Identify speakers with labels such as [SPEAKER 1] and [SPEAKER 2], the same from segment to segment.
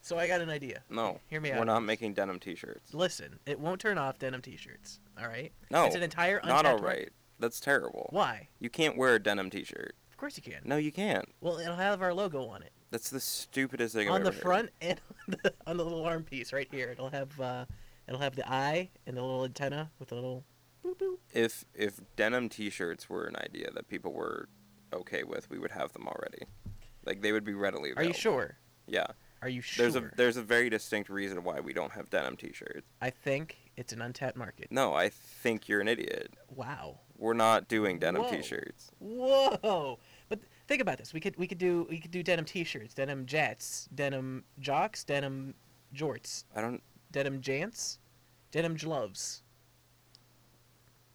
[SPEAKER 1] So I got an idea.
[SPEAKER 2] No.
[SPEAKER 1] Hear me
[SPEAKER 2] We're
[SPEAKER 1] out.
[SPEAKER 2] not making denim t-shirts.
[SPEAKER 1] Listen, it won't turn off denim t-shirts. All right.
[SPEAKER 2] No,
[SPEAKER 1] It's an entire
[SPEAKER 2] Not
[SPEAKER 1] untapped
[SPEAKER 2] all
[SPEAKER 1] mar-
[SPEAKER 2] right. That's terrible.
[SPEAKER 1] Why?
[SPEAKER 2] You can't wear a denim t-shirt.
[SPEAKER 1] Of course you can.
[SPEAKER 2] No, you can't.
[SPEAKER 1] Well, it'll have our logo on it
[SPEAKER 2] That's the stupidest thing I've
[SPEAKER 1] on the
[SPEAKER 2] ever heard.
[SPEAKER 1] front and on the, on the little arm piece right here. It'll have uh, it'll have the eye and the little antenna with the little boop boop.
[SPEAKER 2] If if denim t-shirts were an idea that people were okay with, we would have them already. Like they would be readily
[SPEAKER 1] Are
[SPEAKER 2] available.
[SPEAKER 1] you sure?
[SPEAKER 2] Yeah.
[SPEAKER 1] Are you sure?
[SPEAKER 2] There's a there's a very distinct reason why we don't have denim t-shirts.
[SPEAKER 1] I think it's an untapped market.
[SPEAKER 2] No, I think you're an idiot.
[SPEAKER 1] Wow.
[SPEAKER 2] We're not doing denim
[SPEAKER 1] Whoa.
[SPEAKER 2] t-shirts.
[SPEAKER 1] Whoa. But th- think about this. We could we could do we could do denim t-shirts, denim jets, denim jocks, denim jorts,
[SPEAKER 2] I don't
[SPEAKER 1] denim jants, denim gloves.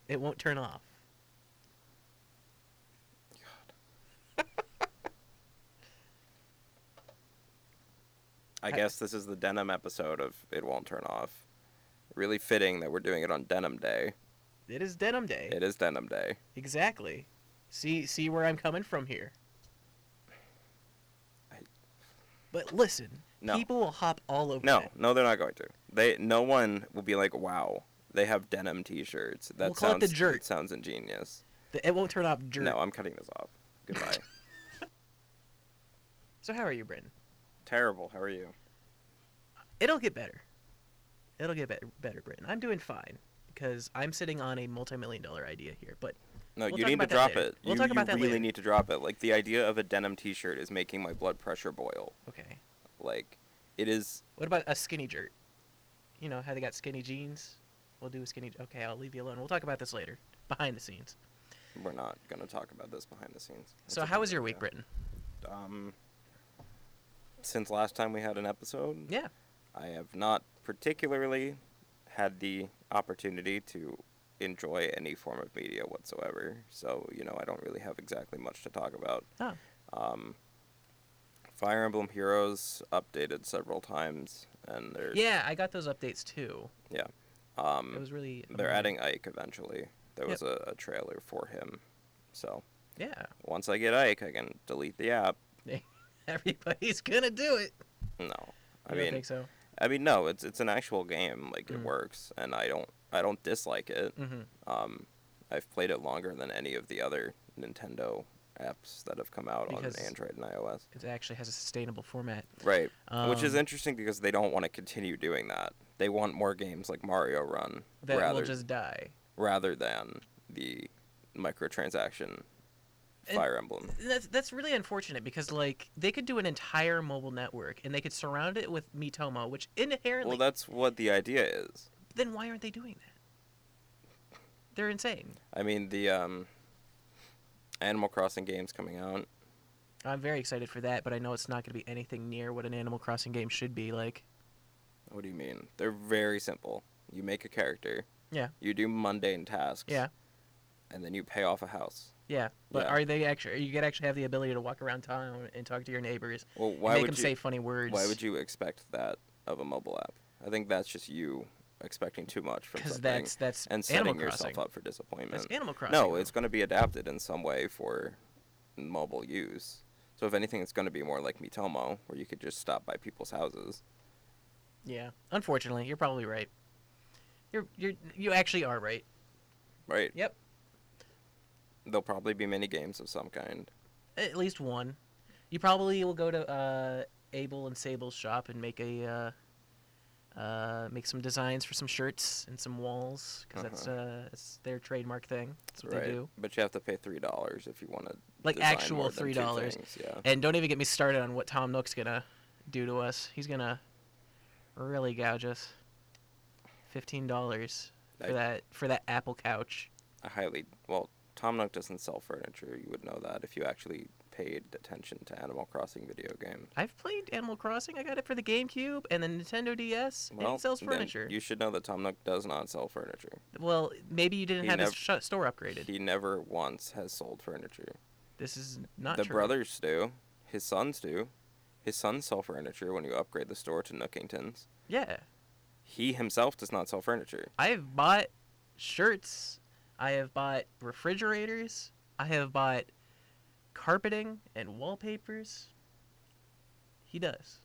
[SPEAKER 1] It won't turn off.
[SPEAKER 2] I
[SPEAKER 1] I-
[SPEAKER 2] guess this is the denim episode of It Won't Turn Off. Really fitting that we're doing it on Denim Day.
[SPEAKER 1] It is denim day.
[SPEAKER 2] It is Denim Day.
[SPEAKER 1] Exactly. See see where I'm coming from here.
[SPEAKER 2] I-
[SPEAKER 1] But listen,
[SPEAKER 2] No.
[SPEAKER 1] people will hop all over
[SPEAKER 2] No,
[SPEAKER 1] that.
[SPEAKER 2] no, they're not going to. They no one will be like, "Wow, they have denim T-shirts." That
[SPEAKER 1] We'll call it
[SPEAKER 2] sounds
[SPEAKER 1] the jerk.
[SPEAKER 2] that sounds ingenious.
[SPEAKER 1] The- It won't turn off jerk.
[SPEAKER 2] No, I'm cutting this off. Goodbye.
[SPEAKER 1] So how are you, Brendan?
[SPEAKER 2] Terrible. How are you?
[SPEAKER 1] It'll get better. It'll get better, better, Britton. I'm doing fine because I'm sitting on a multi-million dollar idea here. But
[SPEAKER 2] No,
[SPEAKER 1] We'll talk
[SPEAKER 2] you need to
[SPEAKER 1] about that
[SPEAKER 2] drop
[SPEAKER 1] later.
[SPEAKER 2] it.
[SPEAKER 1] We'll
[SPEAKER 2] you
[SPEAKER 1] talk about
[SPEAKER 2] you
[SPEAKER 1] that
[SPEAKER 2] really
[SPEAKER 1] later.
[SPEAKER 2] need to drop it. Like the idea of a denim T-shirt is making my blood pressure boil.
[SPEAKER 1] okay,
[SPEAKER 2] Like it is.
[SPEAKER 1] what about a skinny jerk? You know how they got skinny jeans? We'll do a skinny. Okay, I'll leave you alone. We'll talk about this later, behind the scenes.
[SPEAKER 2] We're not going to talk about this behind the scenes. That's
[SPEAKER 1] so
[SPEAKER 2] a
[SPEAKER 1] how
[SPEAKER 2] bad
[SPEAKER 1] was your week,
[SPEAKER 2] idea.
[SPEAKER 1] Britton?
[SPEAKER 2] um, since last time we had an episode,
[SPEAKER 1] Yeah.
[SPEAKER 2] I have not particularly had the opportunity to enjoy any form of media whatsoever. So, you know, I don't really have exactly much to talk about.
[SPEAKER 1] Oh,
[SPEAKER 2] Um, Fire Emblem Heroes updated several times, and they're
[SPEAKER 1] yeah. I got those updates too.
[SPEAKER 2] yeah.
[SPEAKER 1] It
[SPEAKER 2] Um,
[SPEAKER 1] was really.
[SPEAKER 2] they're
[SPEAKER 1] um,
[SPEAKER 2] adding Ike eventually. There
[SPEAKER 1] Yep.
[SPEAKER 2] was a, a trailer for him, so
[SPEAKER 1] Yeah.
[SPEAKER 2] once I get Ike, I can delete the app.
[SPEAKER 1] Everybody's gonna do it.
[SPEAKER 2] No, I
[SPEAKER 1] You don't
[SPEAKER 2] mean
[SPEAKER 1] think so.
[SPEAKER 2] I mean, no, it's it's an actual game. Like it
[SPEAKER 1] Mm.
[SPEAKER 2] works, and I don't I don't dislike it.
[SPEAKER 1] Mm-hmm.
[SPEAKER 2] Um, I've played it longer than any of the other Nintendo apps that have come out
[SPEAKER 1] Because-
[SPEAKER 2] on Android and iOS.
[SPEAKER 1] It actually has a sustainable format.
[SPEAKER 2] Right, which is
[SPEAKER 1] Um,
[SPEAKER 2] interesting because they don't want to continue doing that. They want more games like Mario Run
[SPEAKER 1] that
[SPEAKER 2] rather
[SPEAKER 1] will just die.
[SPEAKER 2] rather than the microtransaction
[SPEAKER 1] And-
[SPEAKER 2] Fire Emblem.
[SPEAKER 1] that's that's really unfortunate because like they could do an entire mobile network and they could surround it with Mitomo, which inherently
[SPEAKER 2] Well, that's what the idea is.
[SPEAKER 1] then why aren't they doing that? They're insane.
[SPEAKER 2] I mean, the um, Animal Crossing games coming out.
[SPEAKER 1] I'm very excited for that, but I know it's not going to be anything near what an Animal Crossing game should be like.
[SPEAKER 2] What do you mean? They're very simple. You make a character.
[SPEAKER 1] Yeah.
[SPEAKER 2] You do mundane tasks.
[SPEAKER 1] Yeah.
[SPEAKER 2] And then you pay off a house.
[SPEAKER 1] Yeah, but
[SPEAKER 2] Yeah.
[SPEAKER 1] are they actually? Are you gonna actually have the ability to walk around town and talk to your neighbors?
[SPEAKER 2] Well,
[SPEAKER 1] and
[SPEAKER 2] why
[SPEAKER 1] make
[SPEAKER 2] would
[SPEAKER 1] them
[SPEAKER 2] you?
[SPEAKER 1] say funny words?
[SPEAKER 2] why would you expect that of a mobile app? I think that's just you expecting too much from
[SPEAKER 1] Because
[SPEAKER 2] something
[SPEAKER 1] that's that's
[SPEAKER 2] and setting
[SPEAKER 1] Animal
[SPEAKER 2] yourself
[SPEAKER 1] Crossing.
[SPEAKER 2] up for disappointment.
[SPEAKER 1] That's Animal Crossing.
[SPEAKER 2] no,
[SPEAKER 1] though.
[SPEAKER 2] it's going to be adapted in some way for mobile use. So if anything, it's going to be more like Mitomo, where you could just stop by people's houses.
[SPEAKER 1] yeah. Unfortunately, you're probably right. You're you're you actually are right.
[SPEAKER 2] Right.
[SPEAKER 1] Yep.
[SPEAKER 2] There'll probably be mini games of some kind.
[SPEAKER 1] At least one. You probably will go to uh, Abel and Sable's shop and make a uh, uh, make some designs for some shirts and some walls because that's uh, that's their trademark thing. That's what
[SPEAKER 2] Uh-huh. right.
[SPEAKER 1] they do.
[SPEAKER 2] But you have to pay three dollars if you want to.
[SPEAKER 1] Like
[SPEAKER 2] design
[SPEAKER 1] actual
[SPEAKER 2] more than two
[SPEAKER 1] $3.
[SPEAKER 2] things, Yeah.
[SPEAKER 1] And don't even get me started on what Tom Nook's gonna do to us. He's gonna really gouge us. Fifteen dollars for
[SPEAKER 2] I-
[SPEAKER 1] that for that Apple couch.
[SPEAKER 2] I highly well. Tom Nook doesn't sell furniture. You would know that if you actually paid attention to Animal Crossing video games.
[SPEAKER 1] I've played Animal Crossing. I got it for the GameCube and the Nintendo DS. and
[SPEAKER 2] Well,
[SPEAKER 1] he sells
[SPEAKER 2] then
[SPEAKER 1] furniture.
[SPEAKER 2] You should know that Tom Nook does not sell furniture.
[SPEAKER 1] Well, maybe you didn't
[SPEAKER 2] He
[SPEAKER 1] have his
[SPEAKER 2] nev-
[SPEAKER 1] sh- store upgraded.
[SPEAKER 2] He never once has sold furniture.
[SPEAKER 1] This is not
[SPEAKER 2] the
[SPEAKER 1] true.
[SPEAKER 2] brothers do. His sons do. His sons sell furniture when you upgrade the store to Nookingtons.
[SPEAKER 1] Yeah,
[SPEAKER 2] He himself does not sell furniture.
[SPEAKER 1] I have bought shirts. I have bought refrigerators. I have bought carpeting and wallpapers. He does.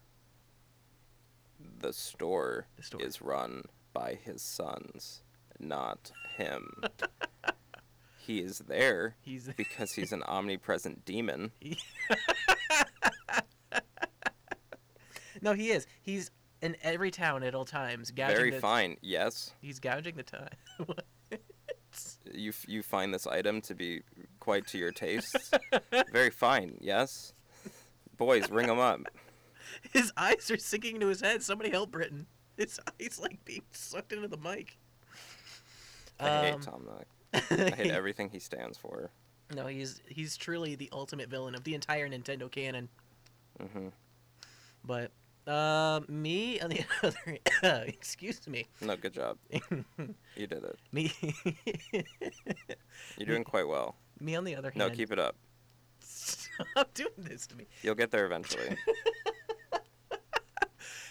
[SPEAKER 2] the store,
[SPEAKER 1] The store.
[SPEAKER 2] is run by his sons, not him. he is there
[SPEAKER 1] He's
[SPEAKER 2] because he's an omnipresent demon.
[SPEAKER 1] no, he is. He's in every town at all times. Gouging
[SPEAKER 2] Very
[SPEAKER 1] the,
[SPEAKER 2] fine. Yes,
[SPEAKER 1] He's gouging the time.
[SPEAKER 2] you f- you find this item to be quite to your taste. Very fine. Yes, boys, ring him up.
[SPEAKER 1] his eyes are sinking to his head. Somebody help Britain. His eyes like being sucked into the mic.
[SPEAKER 2] I
[SPEAKER 1] Um,
[SPEAKER 2] hate Tom Nook. I hate everything he stands for.
[SPEAKER 1] no, he's he's truly the ultimate villain of the entire Nintendo canon.
[SPEAKER 2] hmm
[SPEAKER 1] But uh, me on the other, excuse me,
[SPEAKER 2] No, good job. you did it.
[SPEAKER 1] me
[SPEAKER 2] You're doing quite well.
[SPEAKER 1] me on the other
[SPEAKER 2] No,
[SPEAKER 1] hand.
[SPEAKER 2] keep it up.
[SPEAKER 1] Stop doing this to me.
[SPEAKER 2] You'll get there eventually.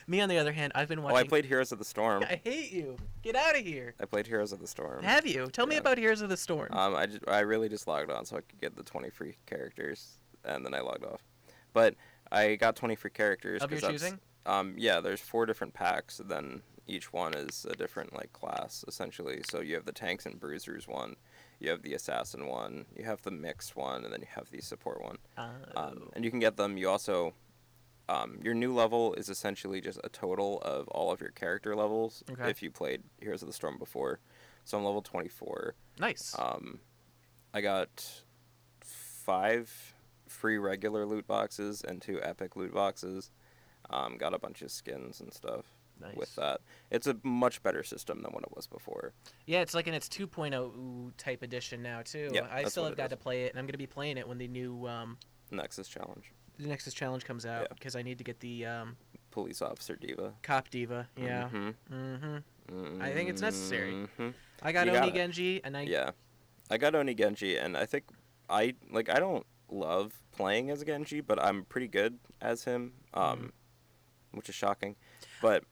[SPEAKER 1] Me on the other hand, I've been
[SPEAKER 2] oh,
[SPEAKER 1] watching.
[SPEAKER 2] I played Heroes of the Storm.
[SPEAKER 1] I hate you. Get out of here.
[SPEAKER 2] I played Heroes of the Storm.
[SPEAKER 1] Have you? Tell me
[SPEAKER 2] Yeah.
[SPEAKER 1] about Heroes of the Storm.
[SPEAKER 2] Um, I just, I really just logged on so I could get the 20 free characters, and then I logged off. But I got 20 free characters.
[SPEAKER 1] Of your
[SPEAKER 2] 'cause that's-
[SPEAKER 1] choosing?
[SPEAKER 2] Um, yeah, there's four different packs, and then each one is a different like class essentially. So you have the tanks and bruisers one, you have the assassin one, you have the mixed one, and then you have the support one. Um,
[SPEAKER 1] Oh.
[SPEAKER 2] and you can get them. You also, um, your new level is essentially just a total of all of your character levels.
[SPEAKER 1] Okay.
[SPEAKER 2] If you played Heroes of the Storm before, so I'm level 24.
[SPEAKER 1] nice.
[SPEAKER 2] Um, I got five free regular loot boxes and two epic loot boxes. Um, got a bunch of skins and stuff
[SPEAKER 1] Nice.
[SPEAKER 2] with uh, that. It's a much better system than what it was before.
[SPEAKER 1] Yeah, it's like in its 2.0 type edition now too.
[SPEAKER 2] Yeah,
[SPEAKER 1] I
[SPEAKER 2] that's
[SPEAKER 1] still
[SPEAKER 2] what
[SPEAKER 1] have
[SPEAKER 2] it
[SPEAKER 1] got
[SPEAKER 2] is.
[SPEAKER 1] to play it, and I'm gonna be playing it when the new um,
[SPEAKER 2] Nexus Challenge,
[SPEAKER 1] the Nexus Challenge comes out
[SPEAKER 2] Yeah.
[SPEAKER 1] because I need to get the um,
[SPEAKER 2] Police Officer Diva.
[SPEAKER 1] Cop Diva. Yeah.
[SPEAKER 2] Mhm.
[SPEAKER 1] Mm-hmm. I think it's necessary.
[SPEAKER 2] Mhm.
[SPEAKER 1] I got
[SPEAKER 2] You got
[SPEAKER 1] Oni
[SPEAKER 2] it.
[SPEAKER 1] Genji, and I
[SPEAKER 2] Yeah. I got Oni Genji and I think I like I don't love playing as Genji, but I'm pretty good as him. Um
[SPEAKER 1] Mm-hmm.
[SPEAKER 2] which is shocking. But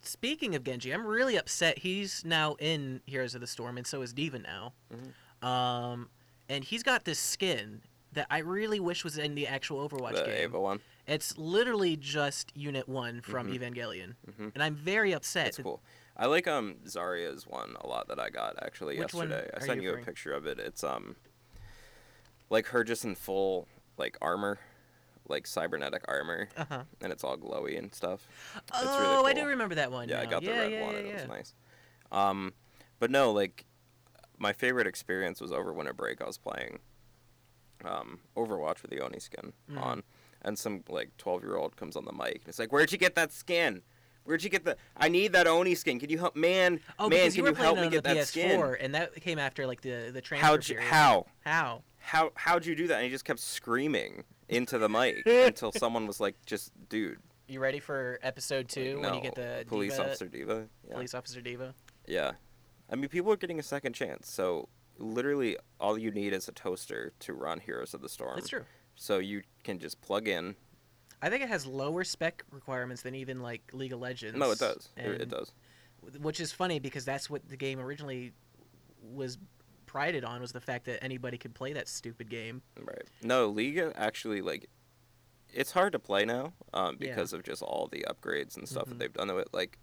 [SPEAKER 1] speaking of Genji, I'm really upset. He's now in Heroes of the Storm, and so is Diva now.
[SPEAKER 2] Mm-hmm.
[SPEAKER 1] Um, and he's got this skin that I really wish was in the actual Overwatch
[SPEAKER 2] the
[SPEAKER 1] game.
[SPEAKER 2] Ava one,
[SPEAKER 1] It's literally just Unit One from Evangelion,
[SPEAKER 2] Mhm.
[SPEAKER 1] and I'm very upset.
[SPEAKER 2] it's cool. I like um Zarya's one a lot that I got actually
[SPEAKER 1] Which one
[SPEAKER 2] yesterday.
[SPEAKER 1] are
[SPEAKER 2] I sent
[SPEAKER 1] you
[SPEAKER 2] you a
[SPEAKER 1] referring-
[SPEAKER 2] picture of it. It's um like her just in full like armor, like cybernetic armor,
[SPEAKER 1] Uh huh.
[SPEAKER 2] and it's all glowy and stuff. It's really
[SPEAKER 1] Oh, I do
[SPEAKER 2] cool.
[SPEAKER 1] remember that one.
[SPEAKER 2] Yeah, I
[SPEAKER 1] now.
[SPEAKER 2] got the
[SPEAKER 1] yeah,
[SPEAKER 2] red
[SPEAKER 1] yeah,
[SPEAKER 2] one.
[SPEAKER 1] Yeah,
[SPEAKER 2] and It
[SPEAKER 1] yeah.
[SPEAKER 2] was nice. Um, but no, like my favorite experience was over winter break. I was playing um, Overwatch with the Oni skin
[SPEAKER 1] Mhm.
[SPEAKER 2] on, and some like twelve year old comes on the mic and it's like, "Where'd you get that skin? Where'd you get the? I need that Oni skin. Can you help, man?
[SPEAKER 1] Oh,
[SPEAKER 2] man,
[SPEAKER 1] because you
[SPEAKER 2] can
[SPEAKER 1] were
[SPEAKER 2] you
[SPEAKER 1] playing
[SPEAKER 2] help
[SPEAKER 1] it
[SPEAKER 2] me
[SPEAKER 1] on the
[SPEAKER 2] get that
[SPEAKER 1] PS4,
[SPEAKER 2] skin?
[SPEAKER 1] and that came after like the the transfer
[SPEAKER 2] How'd you,
[SPEAKER 1] period.
[SPEAKER 2] how?
[SPEAKER 1] How?
[SPEAKER 2] How? How'd you do that?" And he just kept screaming into the mic until someone was like, "Just dude."
[SPEAKER 1] You ready for episode
[SPEAKER 2] like,
[SPEAKER 1] two when you get
[SPEAKER 2] no,
[SPEAKER 1] the
[SPEAKER 2] police
[SPEAKER 1] diva,
[SPEAKER 2] officer diva. Yeah.
[SPEAKER 1] police officer diva?
[SPEAKER 2] Yeah. I mean, people are getting a second chance. So, literally, all you need is a toaster to run Heroes of the Storm.
[SPEAKER 1] That's true.
[SPEAKER 2] So, you can just plug in.
[SPEAKER 1] I think it has lower spec requirements than even like League of Legends.
[SPEAKER 2] No, it does. It- It,
[SPEAKER 1] and-
[SPEAKER 2] does.
[SPEAKER 1] Which is funny because that's what the game originally was prided on was the fact that anybody could play that stupid game.
[SPEAKER 2] Right. No, League actually, like, it's hard to play now um,
[SPEAKER 1] Yeah.
[SPEAKER 2] because of just all the upgrades and stuff
[SPEAKER 1] Mhm.
[SPEAKER 2] that they've done to it. Like,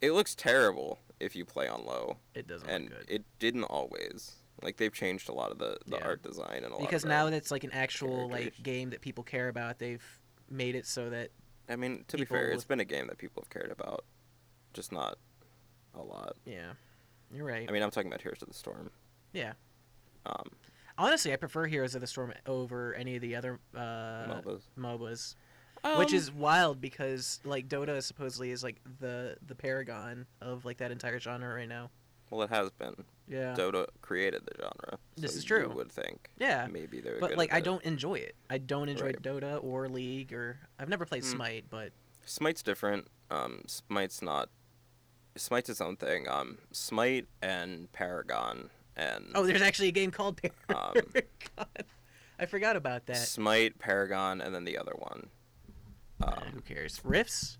[SPEAKER 2] it looks terrible if you play on low,
[SPEAKER 1] It doesn't
[SPEAKER 2] and
[SPEAKER 1] look good.
[SPEAKER 2] it didn't always. Like, they've changed a lot of the, the
[SPEAKER 1] Yeah.
[SPEAKER 2] art design and a lot
[SPEAKER 1] because
[SPEAKER 2] of
[SPEAKER 1] now
[SPEAKER 2] that.
[SPEAKER 1] that it's like an actual like
[SPEAKER 2] characters.
[SPEAKER 1] game that people care about, they've made it so that
[SPEAKER 2] I mean, to be
[SPEAKER 1] people
[SPEAKER 2] fair, it's
[SPEAKER 1] with-
[SPEAKER 2] been a game that people have cared about, just not a lot.
[SPEAKER 1] yeah. You're right.
[SPEAKER 2] I mean, I'm talking about Heroes of the Storm.
[SPEAKER 1] yeah.
[SPEAKER 2] Um,
[SPEAKER 1] Honestly, I prefer Heroes of the Storm over any of the other uh, um,
[SPEAKER 2] MOBAs.
[SPEAKER 1] MOBAs,
[SPEAKER 2] Um,
[SPEAKER 1] which is wild because like Dota supposedly is like the the paragon of like that entire genre right now.
[SPEAKER 2] well, it has been.
[SPEAKER 1] Yeah,
[SPEAKER 2] Dota created the genre.
[SPEAKER 1] This is
[SPEAKER 2] you
[SPEAKER 1] true.
[SPEAKER 2] would think.
[SPEAKER 1] Yeah,
[SPEAKER 2] Maybe they were. good
[SPEAKER 1] but
[SPEAKER 2] at
[SPEAKER 1] like I
[SPEAKER 2] that.
[SPEAKER 1] don't enjoy it. I don't enjoy
[SPEAKER 2] Right.
[SPEAKER 1] Dota or League or I've never played
[SPEAKER 2] Hmm.
[SPEAKER 1] Smite, but
[SPEAKER 2] Smite's different. Um, Smite's not. Smite's its own thing. Um, Smite and Paragon and
[SPEAKER 1] oh, there's actually a game called
[SPEAKER 2] Um,
[SPEAKER 1] Paragon. I forgot about that.
[SPEAKER 2] Smite, Paragon, and then the other one.
[SPEAKER 1] Uh, who cares? Rifts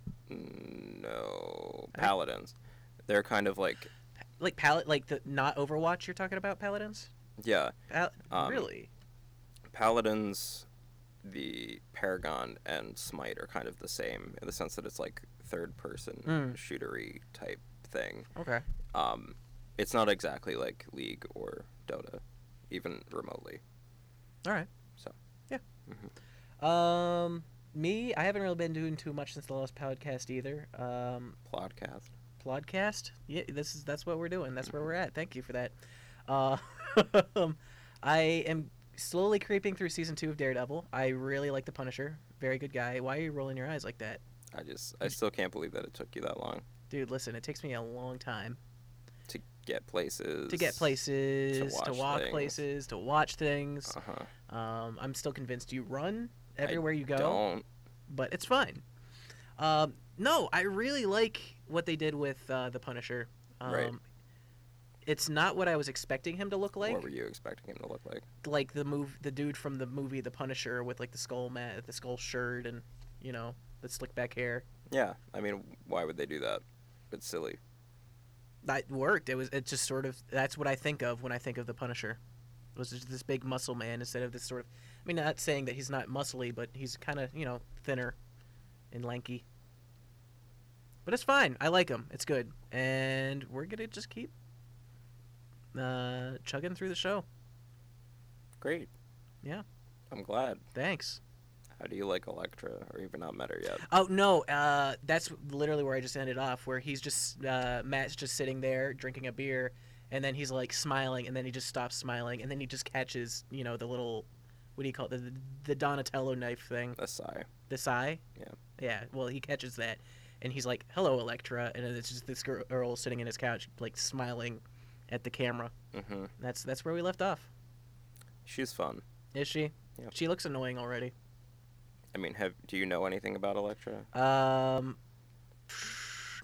[SPEAKER 2] No, Paladins. They're kind of like
[SPEAKER 1] like Pal like the not Overwatch
[SPEAKER 2] Um,
[SPEAKER 1] you're talking about Paladins.
[SPEAKER 2] yeah.
[SPEAKER 1] Pal-
[SPEAKER 2] Um,
[SPEAKER 1] really?
[SPEAKER 2] Paladins the Paragon and Smite are kind of the same in the sense that it's like third person
[SPEAKER 1] Mm.
[SPEAKER 2] shootery type thing.
[SPEAKER 1] Okay.
[SPEAKER 2] Um, it's not exactly like League or Dota, even remotely.
[SPEAKER 1] All right.
[SPEAKER 2] So.
[SPEAKER 1] Yeah.
[SPEAKER 2] Mm-hmm.
[SPEAKER 1] Um, me, I haven't really been doing too much since the last podcast either. Um,
[SPEAKER 2] Plotcast.
[SPEAKER 1] podcast. Yeah, this is that's what we're doing. That's
[SPEAKER 2] Mm-hmm.
[SPEAKER 1] where we're at. Thank you for that. Uh, um, I am slowly creeping through season two of Daredevil. I really like the Punisher. Very good guy. Why are you rolling your eyes like that,
[SPEAKER 2] I just I still can't believe that it took you that long
[SPEAKER 1] dude? Listen, it takes me a long time
[SPEAKER 2] to get places.
[SPEAKER 1] to get places, to,
[SPEAKER 2] watch
[SPEAKER 1] walk
[SPEAKER 2] things.
[SPEAKER 1] places, to watch things.
[SPEAKER 2] Uh huh.
[SPEAKER 1] Um, I'm still convinced you run everywhere you go.
[SPEAKER 2] Don't.
[SPEAKER 1] but it's fine. Um, no, I really like what they did with uh, the Punisher. Um,
[SPEAKER 2] Right.
[SPEAKER 1] It's not what I was expecting him to look like.
[SPEAKER 2] what were you expecting him to look like?
[SPEAKER 1] Like the move, the dude from the movie The Punisher with like the skull mat, the skull shirt, and you know the slick back hair.
[SPEAKER 2] Yeah, I mean, why would they do that? It's silly.
[SPEAKER 1] That worked. It was. It just sort of. That's what I think of when I think of the Punisher. It was just this big muscle man instead of this sort of. I mean, not saying that he's not muscly, but he's kind of you know thinner, and lanky. But it's fine. I like him. It's good, and we're gonna just keep uh, chugging through the show.
[SPEAKER 2] Great.
[SPEAKER 1] Yeah.
[SPEAKER 2] I'm glad.
[SPEAKER 1] Thanks.
[SPEAKER 2] How do you like Elektra? Or even not met her yet?
[SPEAKER 1] Oh no, uh, that's literally where I just ended off. Where he's just uh, Matt's just sitting there drinking a beer, and then he's like smiling, and then he just stops smiling, and then he just catches you know the little, what do you call it, the the Donatello knife thing,
[SPEAKER 2] A sigh.
[SPEAKER 1] the sigh.
[SPEAKER 2] Yeah.
[SPEAKER 1] Yeah. Well, he catches that, and he's like, "Hello, Electra," and then it's just this girl- girl sitting in his couch, like smiling at the camera.
[SPEAKER 2] Mm-hmm.
[SPEAKER 1] That's that's where we left off.
[SPEAKER 2] She's fun.
[SPEAKER 1] Is she?
[SPEAKER 2] Yeah.
[SPEAKER 1] She looks annoying already.
[SPEAKER 2] I mean, have do you know anything about Elektra?
[SPEAKER 1] Um,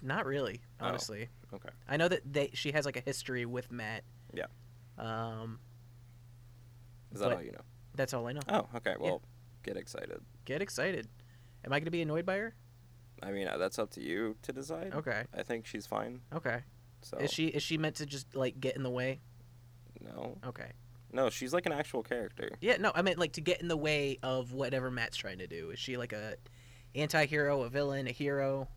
[SPEAKER 1] not really,
[SPEAKER 2] Oh.
[SPEAKER 1] honestly.
[SPEAKER 2] Okay.
[SPEAKER 1] I know that they she has like a history with Matt.
[SPEAKER 2] Yeah.
[SPEAKER 1] Um,
[SPEAKER 2] Is that
[SPEAKER 1] But-
[SPEAKER 2] all you know?
[SPEAKER 1] that's all I know.
[SPEAKER 2] Oh, okay. Well, get excited.
[SPEAKER 1] Get excited. Am I gonna be annoyed by her?
[SPEAKER 2] I mean, uh, that's up to you to decide.
[SPEAKER 1] Okay.
[SPEAKER 2] I think she's fine.
[SPEAKER 1] Okay.
[SPEAKER 2] So
[SPEAKER 1] Is she is she meant to just like get in the way?
[SPEAKER 2] no,
[SPEAKER 1] Okay.
[SPEAKER 2] no, she's like an actual character.
[SPEAKER 1] Yeah. No, I meant like to get in the way of whatever Matt's trying to do. Is she like a anti-hero, a villain, a hero?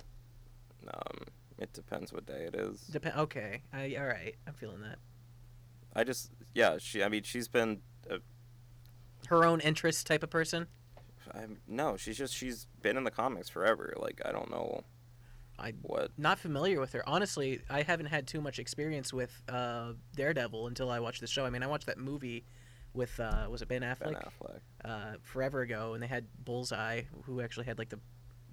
[SPEAKER 2] Um, it depends what day it is.
[SPEAKER 1] Depend. Okay. I all right. I'm feeling that.
[SPEAKER 2] I just yeah, she. I mean, she's been. Uh,
[SPEAKER 1] Her own interest type of person.
[SPEAKER 2] I'm, no, she's just she's been in the comics forever. Like I don't know
[SPEAKER 1] I
[SPEAKER 2] what.
[SPEAKER 1] not familiar with her. Honestly, I haven't had too much experience with uh, Daredevil until I watched the show. I mean, I watched that movie with uh, was it Ben
[SPEAKER 2] Ben
[SPEAKER 1] Affleck
[SPEAKER 2] Affleck.
[SPEAKER 1] Uh, forever ago, and they had Bullseye, who actually had like the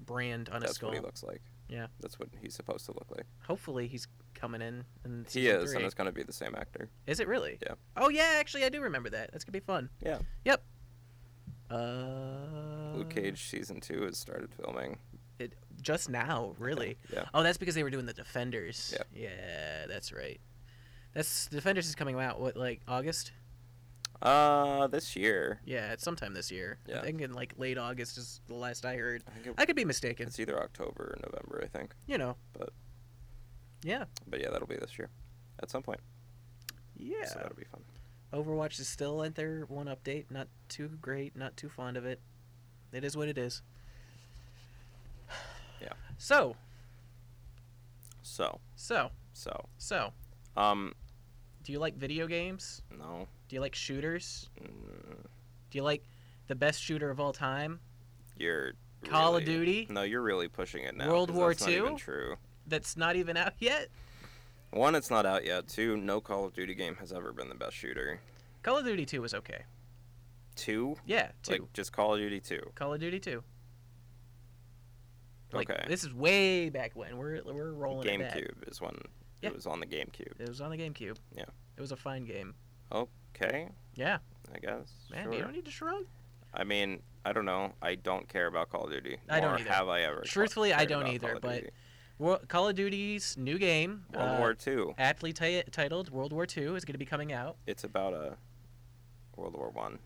[SPEAKER 1] brand on his
[SPEAKER 2] That's
[SPEAKER 1] skull.
[SPEAKER 2] what he looks like.
[SPEAKER 1] Yeah.
[SPEAKER 2] That's what he's supposed to look like.
[SPEAKER 1] Hopefully, he's coming in. in
[SPEAKER 2] He
[SPEAKER 1] season
[SPEAKER 2] is,
[SPEAKER 1] three.
[SPEAKER 2] and it's gonna be the same actor.
[SPEAKER 1] Is it really?
[SPEAKER 2] Yeah.
[SPEAKER 1] Oh yeah, actually, I do remember that. That's gonna be fun.
[SPEAKER 2] Yeah.
[SPEAKER 1] Yep. Uh,
[SPEAKER 2] Luke Cage season two has started filming.
[SPEAKER 1] It, just now, really.
[SPEAKER 2] Yeah.
[SPEAKER 1] Oh, that's because they were doing the Defenders.
[SPEAKER 2] Yep.
[SPEAKER 1] Yeah, that's right. That's Defenders is coming out what like August?
[SPEAKER 2] Uh, this year.
[SPEAKER 1] Yeah, it's sometime this year.
[SPEAKER 2] Yeah.
[SPEAKER 1] I think in like late August is the last I heard.
[SPEAKER 2] I think it,
[SPEAKER 1] I could be mistaken.
[SPEAKER 2] it's either October or November, I think.
[SPEAKER 1] You know.
[SPEAKER 2] But-
[SPEAKER 1] yeah,
[SPEAKER 2] But yeah, that'll be this year, at some point.
[SPEAKER 1] yeah.
[SPEAKER 2] So that'll be fun.
[SPEAKER 1] Overwatch is still at their one update. Not too great. Not too fond of it. It is what it is.
[SPEAKER 2] Yeah.
[SPEAKER 1] So
[SPEAKER 2] So
[SPEAKER 1] so
[SPEAKER 2] so
[SPEAKER 1] so.
[SPEAKER 2] um
[SPEAKER 1] Do you like video games?
[SPEAKER 2] no.
[SPEAKER 1] Do you like shooters?
[SPEAKER 2] Mm,
[SPEAKER 1] Do you like the best shooter of all time?
[SPEAKER 2] You're
[SPEAKER 1] Call of
[SPEAKER 2] really-
[SPEAKER 1] Duty?
[SPEAKER 2] No, you're really pushing it now.
[SPEAKER 1] World
[SPEAKER 2] 'cause
[SPEAKER 1] War
[SPEAKER 2] that's not even
[SPEAKER 1] Two?
[SPEAKER 2] True.
[SPEAKER 1] That's not even out yet.
[SPEAKER 2] One, it's not out yet. Two, no Call of Duty game has ever been the best shooter.
[SPEAKER 1] Call of Duty 2 was okay.
[SPEAKER 2] Two,
[SPEAKER 1] Yeah, 2.
[SPEAKER 2] like just Call of Duty two.
[SPEAKER 1] Call of Duty 2. Like,
[SPEAKER 2] okay.
[SPEAKER 1] This is way back when. We're, we're rolling it back.
[SPEAKER 2] GameCube is when
[SPEAKER 1] Yeah.
[SPEAKER 2] it was on the GameCube.
[SPEAKER 1] It was on the GameCube.
[SPEAKER 2] Yeah.
[SPEAKER 1] It was a fine game.
[SPEAKER 2] Okay,
[SPEAKER 1] Yeah.
[SPEAKER 2] I guess.
[SPEAKER 1] Man,
[SPEAKER 2] sure.
[SPEAKER 1] you don't need to shrug.
[SPEAKER 2] I mean, I don't know. I don't care about Call of Duty.
[SPEAKER 1] I don't
[SPEAKER 2] nor
[SPEAKER 1] either.
[SPEAKER 2] Have I ever? ca-
[SPEAKER 1] Truthfully, I
[SPEAKER 2] cared
[SPEAKER 1] don't
[SPEAKER 2] about
[SPEAKER 1] either,
[SPEAKER 2] Call of
[SPEAKER 1] but
[SPEAKER 2] Duty.
[SPEAKER 1] Wor- Call of Duty's new game,
[SPEAKER 2] World
[SPEAKER 1] uh,
[SPEAKER 2] War Two.
[SPEAKER 1] aptly ti- titled World War II, is going to be coming out.
[SPEAKER 2] It's about a World War One.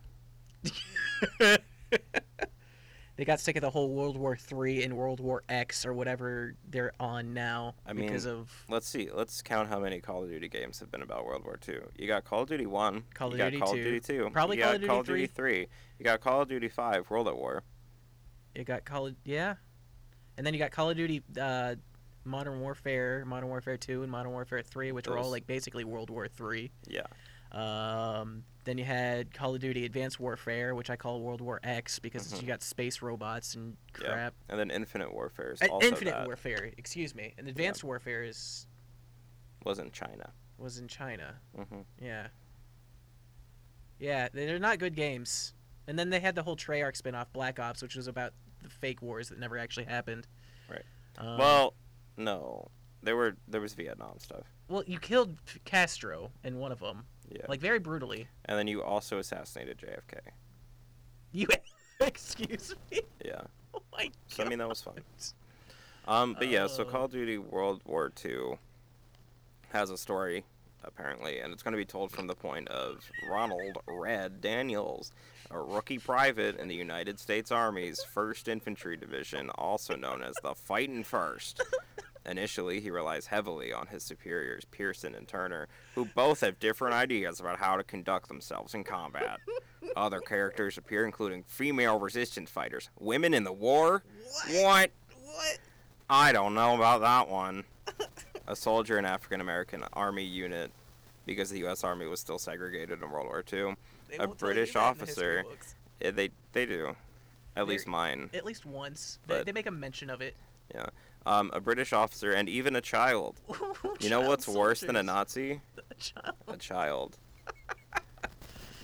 [SPEAKER 1] They got sick of the whole World War Three and World War X or whatever they're on now
[SPEAKER 2] I mean,
[SPEAKER 1] because of
[SPEAKER 2] Let's see. Let's count how many Call of Duty games have been about World War II. You got Call of Duty One.
[SPEAKER 1] Call of
[SPEAKER 2] you got
[SPEAKER 1] Duty
[SPEAKER 2] Call
[SPEAKER 1] 2,
[SPEAKER 2] of Duty Two.
[SPEAKER 1] probably
[SPEAKER 2] you
[SPEAKER 1] Call
[SPEAKER 2] got
[SPEAKER 1] of Duty
[SPEAKER 2] Call of Duty Three. You got Call of Duty Five. World at War.
[SPEAKER 1] it got Call of yeah, and then you got Call of Duty uh, Modern Warfare, Modern Warfare Two, and Modern Warfare Three, which were all
[SPEAKER 2] Those-
[SPEAKER 1] like basically World War Three.
[SPEAKER 2] Yeah.
[SPEAKER 1] Um, then you had Call of Duty Advanced Warfare, which I call World War X because
[SPEAKER 2] Mhm.
[SPEAKER 1] you got space robots and
[SPEAKER 2] Yeah.
[SPEAKER 1] crap.
[SPEAKER 2] And then Infinite Warfare is
[SPEAKER 1] Uh,
[SPEAKER 2] also
[SPEAKER 1] Infinite
[SPEAKER 2] that.
[SPEAKER 1] Warfare, excuse me. And Advanced Warfare is
[SPEAKER 2] was in China.
[SPEAKER 1] was in China.
[SPEAKER 2] hmm
[SPEAKER 1] Yeah. Yeah, they- they're not good games. And then they had the whole Treyarch spin-off, Black Ops, which was about the fake wars that never actually happened.
[SPEAKER 2] Right.
[SPEAKER 1] Um,
[SPEAKER 2] well, no, there were there was Vietnam stuff.
[SPEAKER 1] well, you killed F- Castro in one of them,
[SPEAKER 2] Yeah.
[SPEAKER 1] like very brutally.
[SPEAKER 2] and then you also assassinated JFK.
[SPEAKER 1] You, excuse me.
[SPEAKER 2] Yeah.
[SPEAKER 1] Oh my god.
[SPEAKER 2] So I mean that was fun. Um, but yeah, so
[SPEAKER 1] Oh.
[SPEAKER 2] Call of Duty World War II has a story apparently, and it's going to be told from the point of Ronald Red Daniels, a rookie private in the United States Army's First Infantry Division, also known as the Fightin' First. Initially, he relies heavily on his superiors Pearson and Turner, who both have different ideas about how to conduct themselves in combat. Other characters appear, including female resistance fighters, women in the war. What?
[SPEAKER 1] What?
[SPEAKER 2] I don't know about that one. a soldier in African American Army unit, because the U.S. Army was still segregated in World War II.
[SPEAKER 1] They
[SPEAKER 2] A
[SPEAKER 1] won't tell you
[SPEAKER 2] British
[SPEAKER 1] that in the history
[SPEAKER 2] officer.
[SPEAKER 1] books.
[SPEAKER 2] Eh, They they do, at least
[SPEAKER 1] There-
[SPEAKER 2] mine.
[SPEAKER 1] At least once. They,
[SPEAKER 2] But-
[SPEAKER 1] they make a mention of it.
[SPEAKER 2] Yeah. Um, a British officer and even a child. You know
[SPEAKER 1] Child
[SPEAKER 2] what's worse than a
[SPEAKER 1] soldiers.
[SPEAKER 2] Nazi?
[SPEAKER 1] Child-
[SPEAKER 2] A child.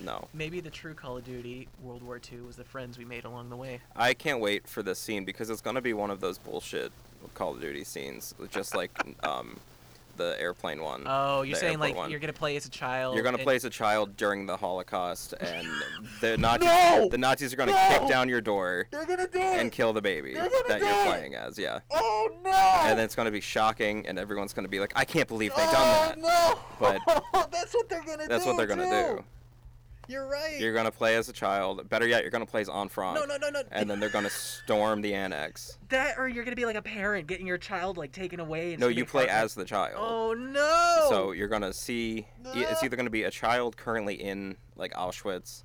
[SPEAKER 2] No,
[SPEAKER 1] Maybe the true Call of Duty World War II was the friends we made along the way.
[SPEAKER 2] I can't wait for this scene because it's gonna be one of those bullshit Call of Duty scenes, just like um, the airplane one.
[SPEAKER 1] Oh, you're
[SPEAKER 2] Mm, The
[SPEAKER 1] saying
[SPEAKER 2] airport
[SPEAKER 1] like
[SPEAKER 2] one.
[SPEAKER 1] you're gonna play as a child.
[SPEAKER 2] You're gonna
[SPEAKER 1] and-
[SPEAKER 2] play as a child during the Holocaust, and the Nazis,
[SPEAKER 1] No!
[SPEAKER 2] the Nazis are gonna
[SPEAKER 1] No!
[SPEAKER 2] kick down your door
[SPEAKER 1] They're gonna do
[SPEAKER 2] and kill the baby
[SPEAKER 1] They're gonna
[SPEAKER 2] that
[SPEAKER 1] do
[SPEAKER 2] you're
[SPEAKER 1] it!
[SPEAKER 2] playing as. Yeah,
[SPEAKER 1] Oh no!
[SPEAKER 2] and then it's gonna be shocking, and everyone's gonna be like, "I can't believe they done that."
[SPEAKER 1] Oh, no!
[SPEAKER 2] but-
[SPEAKER 1] that's what they're gonna
[SPEAKER 2] That's what they're gonna do.
[SPEAKER 1] do. You're right.
[SPEAKER 2] You're gonna play as a child. Better yet, you're gonna play as Enfranc,
[SPEAKER 1] no, no, no, no.
[SPEAKER 2] and then they're gonna storm the annex.
[SPEAKER 1] that, or you're gonna be like a parent getting your child like taken away. And
[SPEAKER 2] No,
[SPEAKER 1] somebody
[SPEAKER 2] you play
[SPEAKER 1] fucking-
[SPEAKER 2] as the child.
[SPEAKER 1] Oh no!
[SPEAKER 2] So you're gonna see
[SPEAKER 1] No.
[SPEAKER 2] it's either gonna be a child currently in like Auschwitz,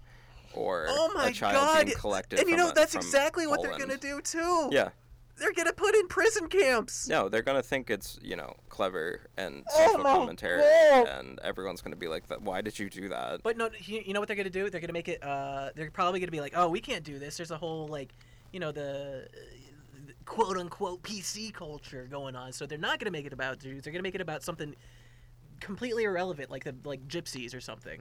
[SPEAKER 2] or
[SPEAKER 1] oh my
[SPEAKER 2] a child
[SPEAKER 1] god!
[SPEAKER 2] being collected.
[SPEAKER 1] and you
[SPEAKER 2] from
[SPEAKER 1] know
[SPEAKER 2] a-
[SPEAKER 1] that's
[SPEAKER 2] from
[SPEAKER 1] exactly what
[SPEAKER 2] Poland.
[SPEAKER 1] they're gonna do too.
[SPEAKER 2] Yeah.
[SPEAKER 1] They're gonna put in prison camps.
[SPEAKER 2] No, they're gonna think it's you know clever and
[SPEAKER 1] Oh
[SPEAKER 2] social
[SPEAKER 1] my
[SPEAKER 2] commentary,
[SPEAKER 1] God.
[SPEAKER 2] and everyone's gonna be like, "That why did you do that?"
[SPEAKER 1] But no, you you know what they're gonna do? They're gonna make it. Uh, they're probably gonna be like, "Oh, we can't do this." There's a whole like, you know, the, the quote unquote PC culture going on. So they're not gonna make it about dudes. They're gonna make it about something completely irrelevant, like the like gypsies or something.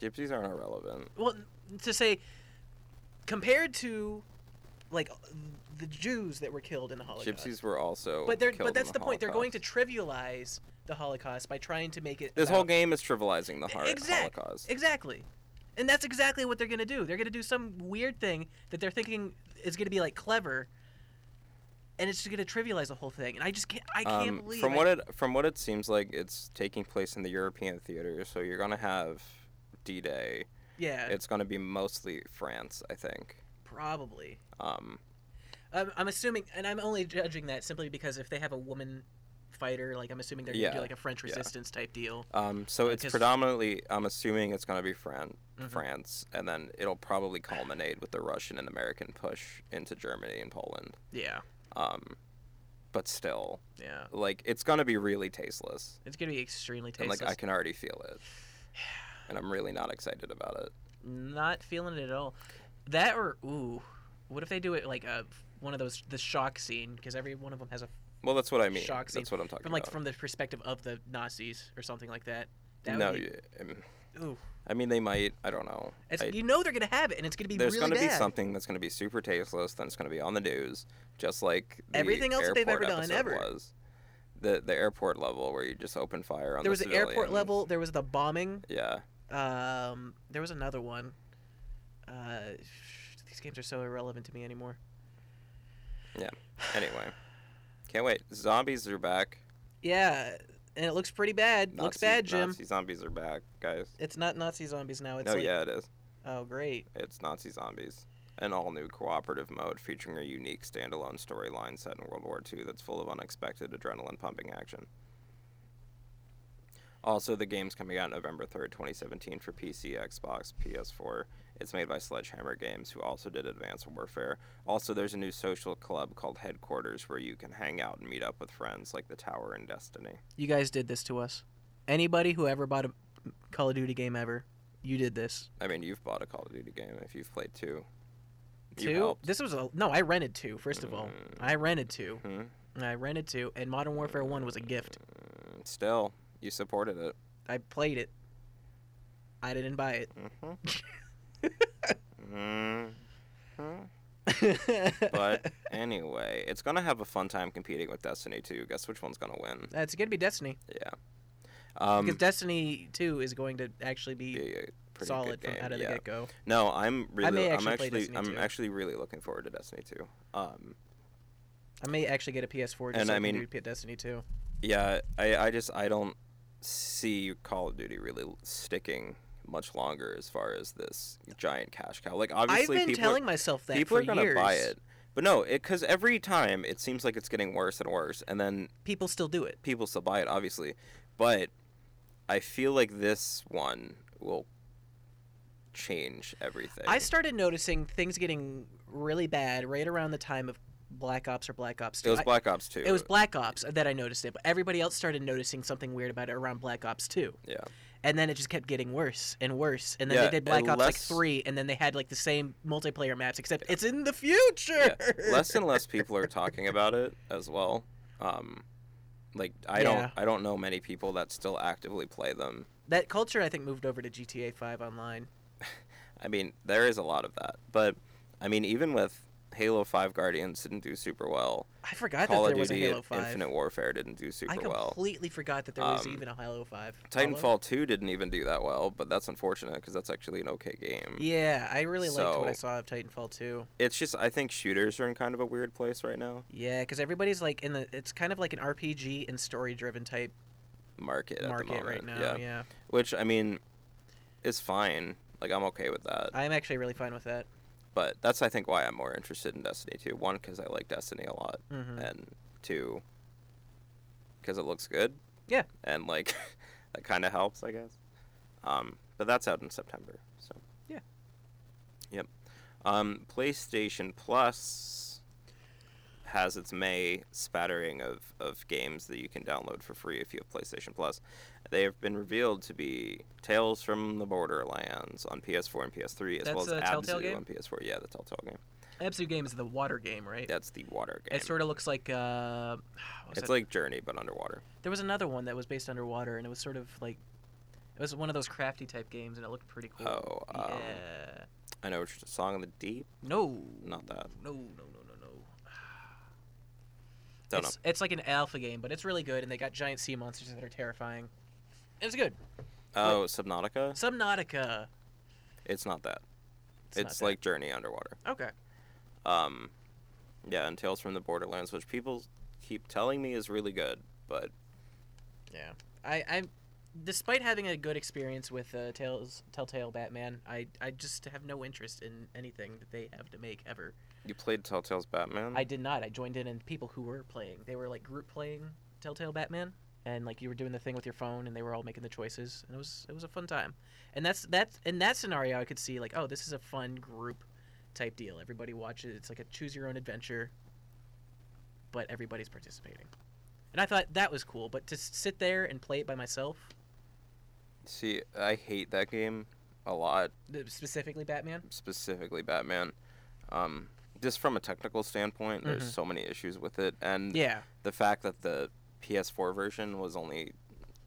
[SPEAKER 2] Gypsies aren't irrelevant.
[SPEAKER 1] Well, to say, compared to, like, the Jews that were killed in the Holocaust.
[SPEAKER 2] Gypsies were also.
[SPEAKER 1] But they're
[SPEAKER 2] killed in
[SPEAKER 1] but that's the, point. They're going to
[SPEAKER 2] Holocaust.
[SPEAKER 1] trivialize the Holocaust by trying to make it
[SPEAKER 2] This whole
[SPEAKER 1] about-
[SPEAKER 2] game is trivializing the har-
[SPEAKER 1] E, Exact-
[SPEAKER 2] Holocaust.
[SPEAKER 1] Exactly. And that's exactly what they're going to do. They're going to do some weird thing that they're thinking is going to be like clever and it's just going to trivialize the whole thing. And I just can't I can't
[SPEAKER 2] Um,
[SPEAKER 1] believe
[SPEAKER 2] from
[SPEAKER 1] I-
[SPEAKER 2] what it from what it seems like, it's taking place in the European theater. So you're gonna have D-Day.
[SPEAKER 1] Yeah,
[SPEAKER 2] It's gonna be mostly France, I think.
[SPEAKER 1] probably.
[SPEAKER 2] Um,
[SPEAKER 1] I'm, I'm assuming and I'm only judging that simply because if they have a woman fighter like I'm assuming they're going to
[SPEAKER 2] Yeah,
[SPEAKER 1] do like a French
[SPEAKER 2] yeah.
[SPEAKER 1] resistance type deal.
[SPEAKER 2] um, so it's
[SPEAKER 1] Because-
[SPEAKER 2] predominantly. I'm assuming it's gonna be France.
[SPEAKER 1] Mhm.
[SPEAKER 2] France, and then it'll probably culminate with the Russian and American push into Germany and Poland.
[SPEAKER 1] Yeah.
[SPEAKER 2] Um, but still,
[SPEAKER 1] Yeah.
[SPEAKER 2] like it's gonna be really tasteless,
[SPEAKER 1] It's going to be extremely
[SPEAKER 2] and
[SPEAKER 1] tasteless.
[SPEAKER 2] like I can already feel it, and I'm really not excited about it.
[SPEAKER 1] Not feeling it at all. That or ooh, what if they do it like a one of those the shock scene because every one of them has a
[SPEAKER 2] Well, that's what I mean.
[SPEAKER 1] Shock scene
[SPEAKER 2] That's what I'm talking
[SPEAKER 1] from like
[SPEAKER 2] about.
[SPEAKER 1] from the perspective of the Nazis or something like that. That
[SPEAKER 2] no,
[SPEAKER 1] would be,
[SPEAKER 2] you- um,
[SPEAKER 1] ooh,
[SPEAKER 2] I mean they might. I don't know.
[SPEAKER 1] it's,
[SPEAKER 2] I-
[SPEAKER 1] you know they're gonna have it, and it's gonna be
[SPEAKER 2] there's
[SPEAKER 1] really
[SPEAKER 2] gonna be
[SPEAKER 1] bad.
[SPEAKER 2] something that's gonna be super tasteless. Then it's gonna be on the news, just like the
[SPEAKER 1] Everything else that they've
[SPEAKER 2] airport
[SPEAKER 1] ever done,
[SPEAKER 2] episode
[SPEAKER 1] ever.
[SPEAKER 2] Was. The the airport level where you just open fire on.
[SPEAKER 1] There
[SPEAKER 2] the
[SPEAKER 1] was the airport
[SPEAKER 2] civilians.
[SPEAKER 1] level. There was the bombing.
[SPEAKER 2] Yeah,
[SPEAKER 1] Um, there was another one. Uh, sh- these games are so irrelevant to me anymore.
[SPEAKER 2] Anyway, can't wait. Zombies are back.
[SPEAKER 1] Yeah, and it looks pretty bad. looks
[SPEAKER 2] Nazi-
[SPEAKER 1] bad, Jim.
[SPEAKER 2] Nazi zombies are back, guys.
[SPEAKER 1] It's not Nazi zombies now. It's
[SPEAKER 2] no,
[SPEAKER 1] like
[SPEAKER 2] yeah, it is.
[SPEAKER 1] oh great.
[SPEAKER 2] It's Nazi zombies. an all new cooperative mode featuring a unique standalone storyline set in World War II that's full of unexpected adrenaline pumping action. Also, the game's coming out November 3rd, 2017 for PC, Xbox, PS4. It's made by Sledgehammer Games, who also did Advanced Warfare. Also, there's a new social club called Headquarters where you can hang out and meet up with friends like the Tower and Destiny.
[SPEAKER 1] You guys did this to us. Anybody who ever bought a Call of Duty game ever, you did this.
[SPEAKER 2] I mean, you've bought a Call of Duty game if you've played two. You
[SPEAKER 1] Two?
[SPEAKER 2] helped. Mm.
[SPEAKER 1] This was a no. I rented two. First of all, I rented two.
[SPEAKER 2] Hmm?
[SPEAKER 1] I rented two, and Modern Warfare One was a gift.
[SPEAKER 2] Mm, Still, you supported it.
[SPEAKER 1] I played it. I didn't buy it.
[SPEAKER 2] Mm-hmm. hmm But anyway, it's gonna have a fun time competing with Destiny 2. Guess which one's gonna win?
[SPEAKER 1] it's gonna be Destiny
[SPEAKER 2] Yeah. Um,
[SPEAKER 1] because Destiny Two is going to actually
[SPEAKER 2] be
[SPEAKER 1] be
[SPEAKER 2] a pretty
[SPEAKER 1] solid
[SPEAKER 2] good game.
[SPEAKER 1] from out of the
[SPEAKER 2] yeah.
[SPEAKER 1] get go.
[SPEAKER 2] No, I'm really.
[SPEAKER 1] may
[SPEAKER 2] I'm
[SPEAKER 1] actually play
[SPEAKER 2] actually.
[SPEAKER 1] Destiny
[SPEAKER 2] I'm
[SPEAKER 1] 2.
[SPEAKER 2] actually really looking forward to Destiny 2. Um,
[SPEAKER 1] I may actually get a PS4 just
[SPEAKER 2] And
[SPEAKER 1] so
[SPEAKER 2] I
[SPEAKER 1] I
[SPEAKER 2] mean-
[SPEAKER 1] can do Destiny Two.
[SPEAKER 2] yeah, I, I just I don't see Call of Duty really sticking much longer as far as this giant cash cow. Like
[SPEAKER 1] I've
[SPEAKER 2] obviously,
[SPEAKER 1] been
[SPEAKER 2] people are-
[SPEAKER 1] telling myself that
[SPEAKER 2] people
[SPEAKER 1] for
[SPEAKER 2] are gonna
[SPEAKER 1] years.
[SPEAKER 2] buy it. But no, because every time it seems like it's getting worse and worse, and then
[SPEAKER 1] People still do it.
[SPEAKER 2] people still buy it, obviously. But I feel like this one will change everything.
[SPEAKER 1] I started noticing things getting really bad right around the time of Black Ops or Black Ops
[SPEAKER 2] it
[SPEAKER 1] 2.
[SPEAKER 2] was
[SPEAKER 1] I-
[SPEAKER 2] Black Ops 2.
[SPEAKER 1] it was Black Ops that I noticed it, but everybody else started noticing something weird about it around Black Ops 2.
[SPEAKER 2] Yeah.
[SPEAKER 1] And then it just kept getting worse and worse. And then
[SPEAKER 2] Yeah,
[SPEAKER 1] they did Black Ops like
[SPEAKER 2] unless-
[SPEAKER 1] 3, and then they had like the same multiplayer maps, except it's in the future.
[SPEAKER 2] Yeah, less and less people are talking about it as well. Um, like I
[SPEAKER 1] Yeah.
[SPEAKER 2] don't I don't know many people that still actively play them.
[SPEAKER 1] that culture, I think, moved over to GTA 5 online.
[SPEAKER 2] I mean, there is a lot of that, but I mean, even with Halo Five Guardians didn't do super well.
[SPEAKER 1] I forgot
[SPEAKER 2] Call
[SPEAKER 1] that
[SPEAKER 2] of
[SPEAKER 1] there was a
[SPEAKER 2] Duty
[SPEAKER 1] Halo 5.
[SPEAKER 2] Infinite Warfare didn't do super
[SPEAKER 1] I
[SPEAKER 2] well.
[SPEAKER 1] completely forgot that there was
[SPEAKER 2] Um,
[SPEAKER 1] even a Halo 5. Halo?
[SPEAKER 2] Titanfall 2 didn't even do that well, but that's unfortunate because that's actually an okay game.
[SPEAKER 1] Yeah, I really liked what I
[SPEAKER 2] So-
[SPEAKER 1] saw of Titanfall 2.
[SPEAKER 2] It's just, I think shooters are in kind of a weird place right now.
[SPEAKER 1] Yeah, because everybody's like in the. It's kind of like an RPG and story driven type
[SPEAKER 2] Market at the
[SPEAKER 1] market
[SPEAKER 2] moment.
[SPEAKER 1] right now.
[SPEAKER 2] yeah.
[SPEAKER 1] yeah.
[SPEAKER 2] Which, I mean, is fine. Like, I'm okay with that.
[SPEAKER 1] I'm actually really fine with that.
[SPEAKER 2] But that's, I think, why I'm more interested in Destiny 2. One, because I like Destiny a lot.
[SPEAKER 1] hmm
[SPEAKER 2] And two, because it looks good.
[SPEAKER 1] Yeah.
[SPEAKER 2] And, like, that kind of helps, I guess. Um, but that's out in September. So.
[SPEAKER 1] Yeah.
[SPEAKER 2] Yep. Um, PlayStation Plus has its May spattering of, of games that you can download for free if you have PlayStation Plus. They have been revealed to be Tales from the Borderlands on PS4 and PS3, as well
[SPEAKER 1] That's
[SPEAKER 2] as
[SPEAKER 1] a Telltale
[SPEAKER 2] Abzu
[SPEAKER 1] game?
[SPEAKER 2] on PS4. Yeah, the Telltale game.
[SPEAKER 1] Absu game is the water game, right?
[SPEAKER 2] That's the water game.
[SPEAKER 1] It sort of looks like uh, what was
[SPEAKER 2] it's
[SPEAKER 1] it?
[SPEAKER 2] like Journey, but underwater.
[SPEAKER 1] there was another one that was based underwater, and it was sort of like it was one of those crafty type games, and it looked pretty cool.
[SPEAKER 2] Oh, um,
[SPEAKER 1] yeah.
[SPEAKER 2] I know it's Song of the Deep.
[SPEAKER 1] No.
[SPEAKER 2] Not that.
[SPEAKER 1] No, no, no, no, no.
[SPEAKER 2] Don't know.
[SPEAKER 1] it's, it's like an alpha game, but it's really good, and they got giant sea monsters that are terrifying. It's good.
[SPEAKER 2] Oh, Subnautica?
[SPEAKER 1] Subnautica.
[SPEAKER 2] It's not that.
[SPEAKER 1] not
[SPEAKER 2] It's,
[SPEAKER 1] bad.
[SPEAKER 2] like Journey underwater.
[SPEAKER 1] okay.
[SPEAKER 2] Um, yeah, and Tales from the Borderlands, which people keep telling me is really good, but
[SPEAKER 1] Yeah. I, I despite having a good experience with uh, Tales Telltale Batman, I, I just have no interest in anything that they have to make ever.
[SPEAKER 2] you played Telltale's Batman?
[SPEAKER 1] I did not. I joined in and people who were playing. They were like group playing Telltale Batman and like you were doing the thing with your phone and they were all making the choices and it was it was a fun time. And that's that in that scenario I could see like oh this is a fun group type deal. Everybody watches it's like a choose your own adventure but everybody's participating. And I thought that was cool, but to s- sit there and play it by myself,
[SPEAKER 2] See, I hate that game a lot,
[SPEAKER 1] th- specifically Batman,
[SPEAKER 2] specifically Batman. Um, just from a technical standpoint,
[SPEAKER 1] Mhm.
[SPEAKER 2] there's so many issues with it, and
[SPEAKER 1] yeah,
[SPEAKER 2] the fact that the PS4 version was only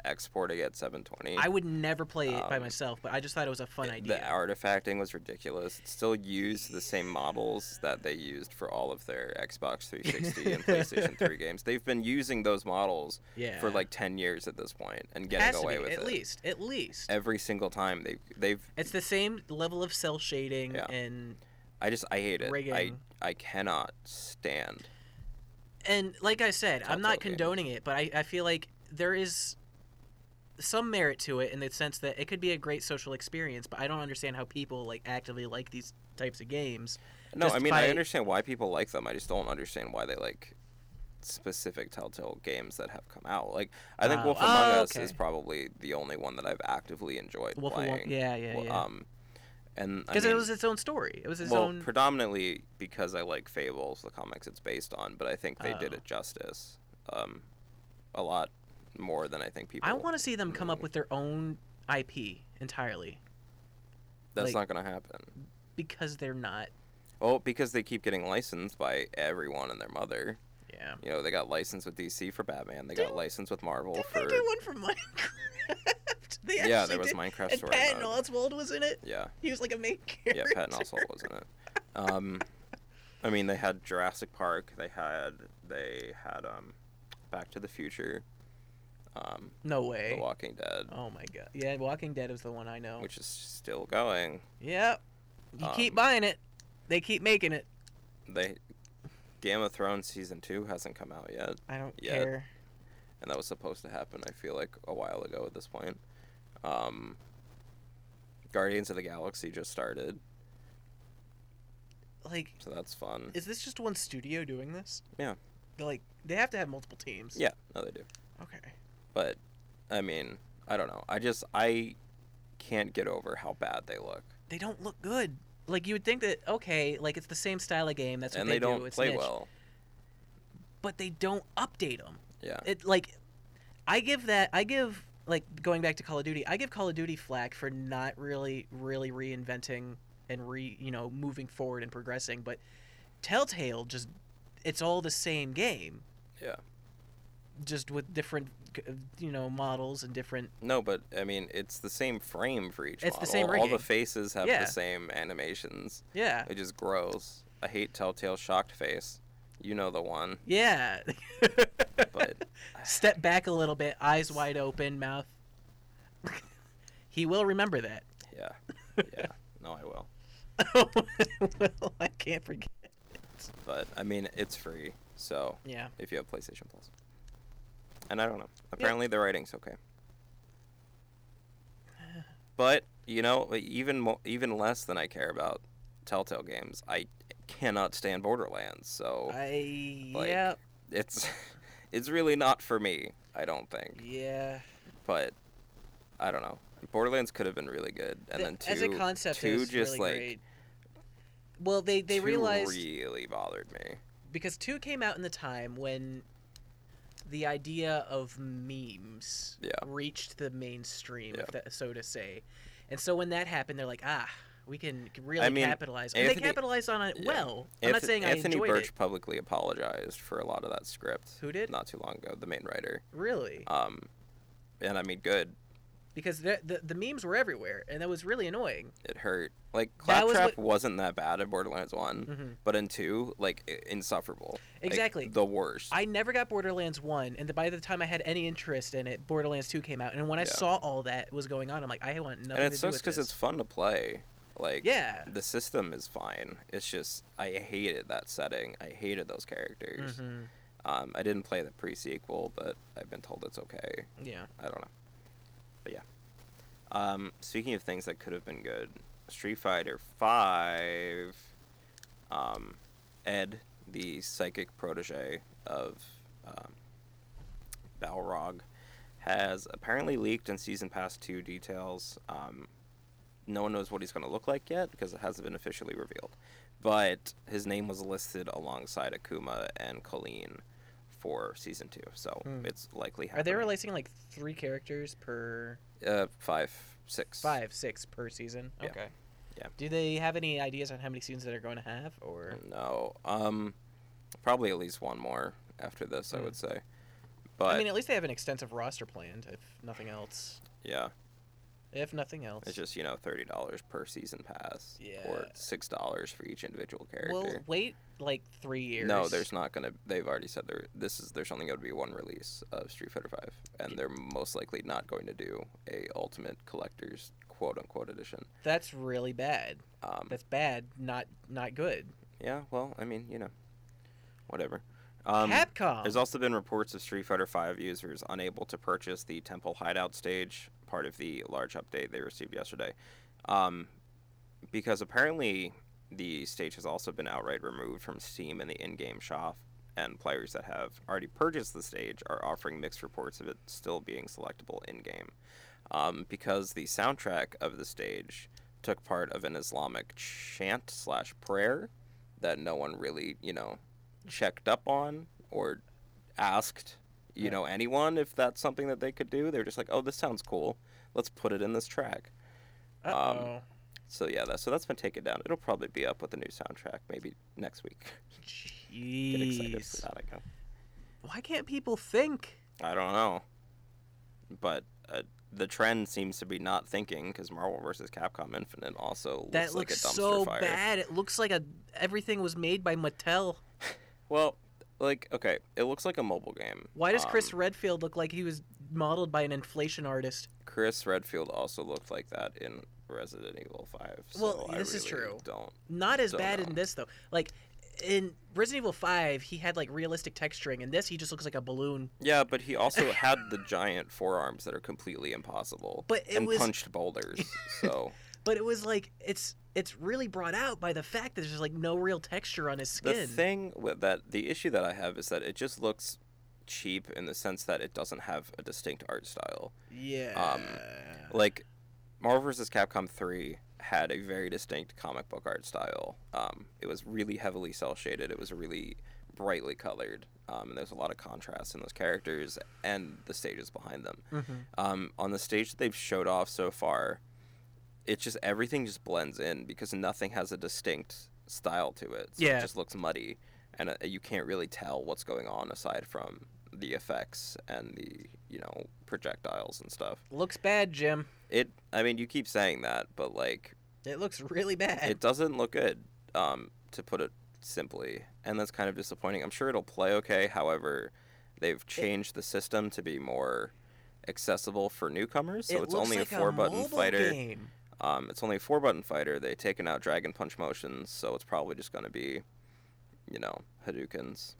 [SPEAKER 2] exporting at 720.
[SPEAKER 1] I would never play it by
[SPEAKER 2] Um,
[SPEAKER 1] myself, but I just thought it was a fun
[SPEAKER 2] the-
[SPEAKER 1] idea.
[SPEAKER 2] The artifacting was ridiculous. It still used the same models that they used for all of their Xbox 360 and PlayStation 3 games. They've been using those models
[SPEAKER 1] yeah,
[SPEAKER 2] for like 10 years at this point and
[SPEAKER 1] Has
[SPEAKER 2] getting
[SPEAKER 1] to
[SPEAKER 2] away
[SPEAKER 1] be,
[SPEAKER 2] with
[SPEAKER 1] at
[SPEAKER 2] it.
[SPEAKER 1] least, at least.
[SPEAKER 2] Every single time they they've
[SPEAKER 1] It's the same level of cell shading
[SPEAKER 2] Yeah.
[SPEAKER 1] and
[SPEAKER 2] I just I hate it. I
[SPEAKER 1] Rigging.
[SPEAKER 2] I cannot stand.
[SPEAKER 1] and like I said, I'm not
[SPEAKER 2] Telltale games.
[SPEAKER 1] condoning it, but I, I feel like there is some merit to it in the sense that it could be a great social experience, but I don't understand how people like actively like these types of games
[SPEAKER 2] No, I mean I
[SPEAKER 1] justify-
[SPEAKER 2] understand why people like them. I just don't understand why they like specific Telltale games that have come out. Like I think
[SPEAKER 1] Oh,
[SPEAKER 2] Wolf
[SPEAKER 1] oh,
[SPEAKER 2] Among Us
[SPEAKER 1] okay.
[SPEAKER 2] is probably the only one that I've actively enjoyed
[SPEAKER 1] Wolf Among-
[SPEAKER 2] playing.
[SPEAKER 1] yeah, yeah,
[SPEAKER 2] Well,
[SPEAKER 1] yeah.
[SPEAKER 2] Um, and I
[SPEAKER 1] because
[SPEAKER 2] mean,
[SPEAKER 1] it was its own story. It was its
[SPEAKER 2] well,
[SPEAKER 1] own.
[SPEAKER 2] predominantly because I like Fables, the comics it's based on, but I think they did
[SPEAKER 1] Oh.
[SPEAKER 2] it justice, um, a lot more than I think people.
[SPEAKER 1] I want to see them come
[SPEAKER 2] Mm-hmm.
[SPEAKER 1] up with their own IP entirely
[SPEAKER 2] That's
[SPEAKER 1] like-
[SPEAKER 2] not gonna happen.
[SPEAKER 1] because they're not.
[SPEAKER 2] Oh, because they keep getting licensed by everyone and their mother.
[SPEAKER 1] Yeah.
[SPEAKER 2] You know, they got licensed with DC for Batman. They got
[SPEAKER 1] Didn't-
[SPEAKER 2] licensed with Marvel
[SPEAKER 1] Did
[SPEAKER 2] for
[SPEAKER 1] they do one from Minecraft? They
[SPEAKER 2] yeah.
[SPEAKER 1] actually
[SPEAKER 2] There was
[SPEAKER 1] did.
[SPEAKER 2] Minecraft
[SPEAKER 1] And
[SPEAKER 2] story.
[SPEAKER 1] Patton
[SPEAKER 2] mode.
[SPEAKER 1] Oswald was in it.
[SPEAKER 2] Yeah,
[SPEAKER 1] He was like a main
[SPEAKER 2] yeah.
[SPEAKER 1] character.
[SPEAKER 2] Patton Oswalt was in it. Um, I mean, they had Jurassic Park. They had they had um, Back to the Future, um,
[SPEAKER 1] No
[SPEAKER 2] The
[SPEAKER 1] way.
[SPEAKER 2] Walking Dead,
[SPEAKER 1] Oh my god. Yeah, Walking Dead was the one I know.
[SPEAKER 2] which is still going.
[SPEAKER 1] Yep. You keep
[SPEAKER 2] Um,
[SPEAKER 1] buying it. They keep making it.
[SPEAKER 2] They Game of Thrones season two hasn't come out yet,
[SPEAKER 1] I don't
[SPEAKER 2] yeah.
[SPEAKER 1] care.
[SPEAKER 2] and that was supposed to happen. I feel like a while ago at this point. Um, Guardians of the Galaxy just started,
[SPEAKER 1] Like,
[SPEAKER 2] so that's fun.
[SPEAKER 1] is this just one studio doing this?
[SPEAKER 2] Yeah.
[SPEAKER 1] They're Like, they have to have multiple teams.
[SPEAKER 2] Yeah, no, they do.
[SPEAKER 1] Okay.
[SPEAKER 2] but I mean, I don't know. I just I can't get over how bad they look,
[SPEAKER 1] They don't look good. Like, you would think that, okay, like, it's the same style of game. That's what
[SPEAKER 2] and
[SPEAKER 1] they,
[SPEAKER 2] they, don't
[SPEAKER 1] do. It's
[SPEAKER 2] play
[SPEAKER 1] niche.
[SPEAKER 2] well.
[SPEAKER 1] But they don't update them.
[SPEAKER 2] Yeah,
[SPEAKER 1] It, like, I give that, I give, like, going back to Call of Duty, I give Call of Duty flack for not really, really reinventing and re, you know, moving forward and progressing. But Telltale just, it's all the same game.
[SPEAKER 2] yeah.
[SPEAKER 1] just with different uh, you know models and different
[SPEAKER 2] No, but I mean, it's the same frame for each.
[SPEAKER 1] It's the
[SPEAKER 2] model.
[SPEAKER 1] same
[SPEAKER 2] All
[SPEAKER 1] rigging.
[SPEAKER 2] the faces have
[SPEAKER 1] Yeah.
[SPEAKER 2] the same animations.
[SPEAKER 1] yeah
[SPEAKER 2] It just grows. I hate Telltale shocked face. You know the one,
[SPEAKER 1] yeah
[SPEAKER 2] but
[SPEAKER 1] step back a little bit eyes wide open mouth he will remember that
[SPEAKER 2] yeah, yeah. No, I will.
[SPEAKER 1] well, i can't forget
[SPEAKER 2] But I mean, it's free, so
[SPEAKER 1] yeah
[SPEAKER 2] if you have PlayStation Plus. And I don't know. Apparently the writing's okay. But you know, even mo- even less than I care about Telltale games, I cannot stand Borderlands. So
[SPEAKER 1] i
[SPEAKER 2] Like-
[SPEAKER 1] yeah
[SPEAKER 2] it's it's really not for me. I don't think.
[SPEAKER 1] yeah
[SPEAKER 2] But I don't know. Borderlands could have been really good, and
[SPEAKER 1] The-
[SPEAKER 2] then two,
[SPEAKER 1] as a concept
[SPEAKER 2] two
[SPEAKER 1] it was
[SPEAKER 2] just
[SPEAKER 1] really
[SPEAKER 2] like
[SPEAKER 1] great. well they they
[SPEAKER 2] two
[SPEAKER 1] realized
[SPEAKER 2] really bothered me.
[SPEAKER 1] because two came out in the time when the idea of memes
[SPEAKER 2] Yeah.
[SPEAKER 1] reached the mainstream,
[SPEAKER 2] Yeah.
[SPEAKER 1] if that, so to say. And so when that happened, they're like, ah, we can really
[SPEAKER 2] I mean,
[SPEAKER 1] capitalize. and
[SPEAKER 2] Anthony-
[SPEAKER 1] they capitalized on it
[SPEAKER 2] yeah.
[SPEAKER 1] well. I'm not
[SPEAKER 2] Anthony-
[SPEAKER 1] saying
[SPEAKER 2] Anthony
[SPEAKER 1] I enjoyed
[SPEAKER 2] Birch
[SPEAKER 1] it.
[SPEAKER 2] publicly apologized for a lot of that script.
[SPEAKER 1] Who did?
[SPEAKER 2] Not too long ago, the main writer.
[SPEAKER 1] Really.
[SPEAKER 2] Um, and I mean, good.
[SPEAKER 1] Because the, the, the memes were everywhere, and that was really annoying.
[SPEAKER 2] It hurt. Like
[SPEAKER 1] That was
[SPEAKER 2] Claptrap was not that bad in Borderlands One,
[SPEAKER 1] Mhm.
[SPEAKER 2] but in two, like i- insufferable. Like,
[SPEAKER 1] Exactly.
[SPEAKER 2] the worst.
[SPEAKER 1] I never got Borderlands 1, and by the time I had any interest in it, Borderlands 2 came out. And when I
[SPEAKER 2] Yeah.
[SPEAKER 1] saw all that was going on, I'm like, I want nothing
[SPEAKER 2] and
[SPEAKER 1] to
[SPEAKER 2] it
[SPEAKER 1] do
[SPEAKER 2] sucks
[SPEAKER 1] with this.
[SPEAKER 2] because it's fun to play. Like
[SPEAKER 1] Yeah.
[SPEAKER 2] the system is fine. It's just I hated that setting. I hated those characters.
[SPEAKER 1] Mhm.
[SPEAKER 2] Um, I didn't play the pre sequel, but I've been told it's okay.
[SPEAKER 1] Yeah.
[SPEAKER 2] I don't know. But yeah. Um, speaking of things that could have been good, Street Fighter Five. Um, Ed, the psychic protege of um, Balrog, has apparently leaked in season pass two details. Um, no one knows what he's going to look like yet because it hasn't been officially revealed. But his name was listed alongside Akuma and Colleen for season two, so
[SPEAKER 1] Hmm.
[SPEAKER 2] it's likely
[SPEAKER 1] Are
[SPEAKER 2] happening
[SPEAKER 1] they releasing like three characters per
[SPEAKER 2] uh five six
[SPEAKER 1] five, six per season?
[SPEAKER 2] Yeah.
[SPEAKER 1] Okay.
[SPEAKER 2] Yeah. Mm,
[SPEAKER 1] Do they have any ideas on how many seasons that are going to have, or
[SPEAKER 2] no um probably at least one more after this i
[SPEAKER 1] Hmm.
[SPEAKER 2] would say but
[SPEAKER 1] I mean, at least they have an extensive roster planned, if nothing else.
[SPEAKER 2] yeah
[SPEAKER 1] If nothing else,
[SPEAKER 2] it's just you know $30 per season pass or
[SPEAKER 1] Yeah.
[SPEAKER 2] $6 for each individual
[SPEAKER 1] we'll
[SPEAKER 2] character
[SPEAKER 1] wait like three years.
[SPEAKER 2] no there's not gonna they've already said there this is there's only gonna be one release of street fighter 5 and they're most likely not going to do a ultimate collectors quote unquote edition
[SPEAKER 1] That's really bad.
[SPEAKER 2] um
[SPEAKER 1] That's bad. Not not good.
[SPEAKER 2] yeah well i mean you know whatever um
[SPEAKER 1] Capcom.
[SPEAKER 2] There's also been reports of Street Fighter V users unable to purchase the Temple Hideout stage, part of the large update they received yesterday, um, because apparently the stage has also been outright removed from Steam and the in-game shop, and players that have already purchased the stage are offering mixed reports of it still being selectable in-game, um, because the soundtrack of the stage took part of an Islamic chant slash prayer that no one really you know checked up on or asked you
[SPEAKER 1] Right.
[SPEAKER 2] know anyone if that's something that they could do. They're just like, oh, this sounds cool. Let's put it in this track. um,
[SPEAKER 1] oh.
[SPEAKER 2] So yeah, that so that's been taken down. It'll probably be up with the new soundtrack maybe next week. Get excited for
[SPEAKER 1] Jeez.
[SPEAKER 2] that. I, guess.
[SPEAKER 1] Why can't people think?
[SPEAKER 2] I don't know, but uh, the trend seems to be not thinking because Marvel vs. Capcom Infinite also looks
[SPEAKER 1] That
[SPEAKER 2] like
[SPEAKER 1] looks
[SPEAKER 2] a dumpster
[SPEAKER 1] so
[SPEAKER 2] fire.
[SPEAKER 1] bad. It looks like a everything was made by Mattel.
[SPEAKER 2] Well, like okay, it looks like a mobile game.
[SPEAKER 1] Why does Chris
[SPEAKER 2] Um,
[SPEAKER 1] Redfield look like he was modeled by an inflation artist?
[SPEAKER 2] Chris Redfield also looked like that in Resident Evil Five. So
[SPEAKER 1] Well,
[SPEAKER 2] I
[SPEAKER 1] this is
[SPEAKER 2] really
[SPEAKER 1] true.
[SPEAKER 2] Don't
[SPEAKER 1] Not as
[SPEAKER 2] Don't
[SPEAKER 1] bad
[SPEAKER 2] know.
[SPEAKER 1] in this though. Like in Resident Evil 5, he had like realistic texturing. In this, he just looks like a balloon.
[SPEAKER 2] Yeah, but he also had the giant forearms that are completely impossible.
[SPEAKER 1] But it
[SPEAKER 2] and
[SPEAKER 1] was-
[SPEAKER 2] punched boulders. So
[SPEAKER 1] But it was like it's it's really brought out by the fact that there's like no real texture on his
[SPEAKER 2] the
[SPEAKER 1] skin.
[SPEAKER 2] thing with that, the issue that I have is that it just looks cheap in the sense that it doesn't have a distinct art style. Um,
[SPEAKER 1] yeah.
[SPEAKER 2] Like Marvel vs. Capcom Three had a very distinct comic book art style. Um, it was really heavily cell shaded. It was really brightly colored. Um, and there's a lot of contrast in those characters and the stages behind them.
[SPEAKER 1] Mhm.
[SPEAKER 2] um, on the stage that they've showed off so far, it's just everything just blends in because nothing has a distinct style to it. So
[SPEAKER 1] Yeah.
[SPEAKER 2] It just looks muddy, and uh, you can't really tell what's going on aside from the effects and the you know projectiles and stuff.
[SPEAKER 1] Looks bad, Jim.
[SPEAKER 2] It. I mean, you keep saying that, but like,
[SPEAKER 1] It looks really bad.
[SPEAKER 2] it doesn't look good. Um, to put it simply, and that's kind of disappointing. I'm sure it'll play okay. However, they've changed the system to be more accessible for newcomers, so
[SPEAKER 1] It
[SPEAKER 2] it's
[SPEAKER 1] looks
[SPEAKER 2] only
[SPEAKER 1] like
[SPEAKER 2] a four-button
[SPEAKER 1] mobile
[SPEAKER 2] fighter.
[SPEAKER 1] game.
[SPEAKER 2] Um, it's only a four button fighter. They've taken out Dragon Punch motions, so it's probably just going to be, you know, Hadoukens,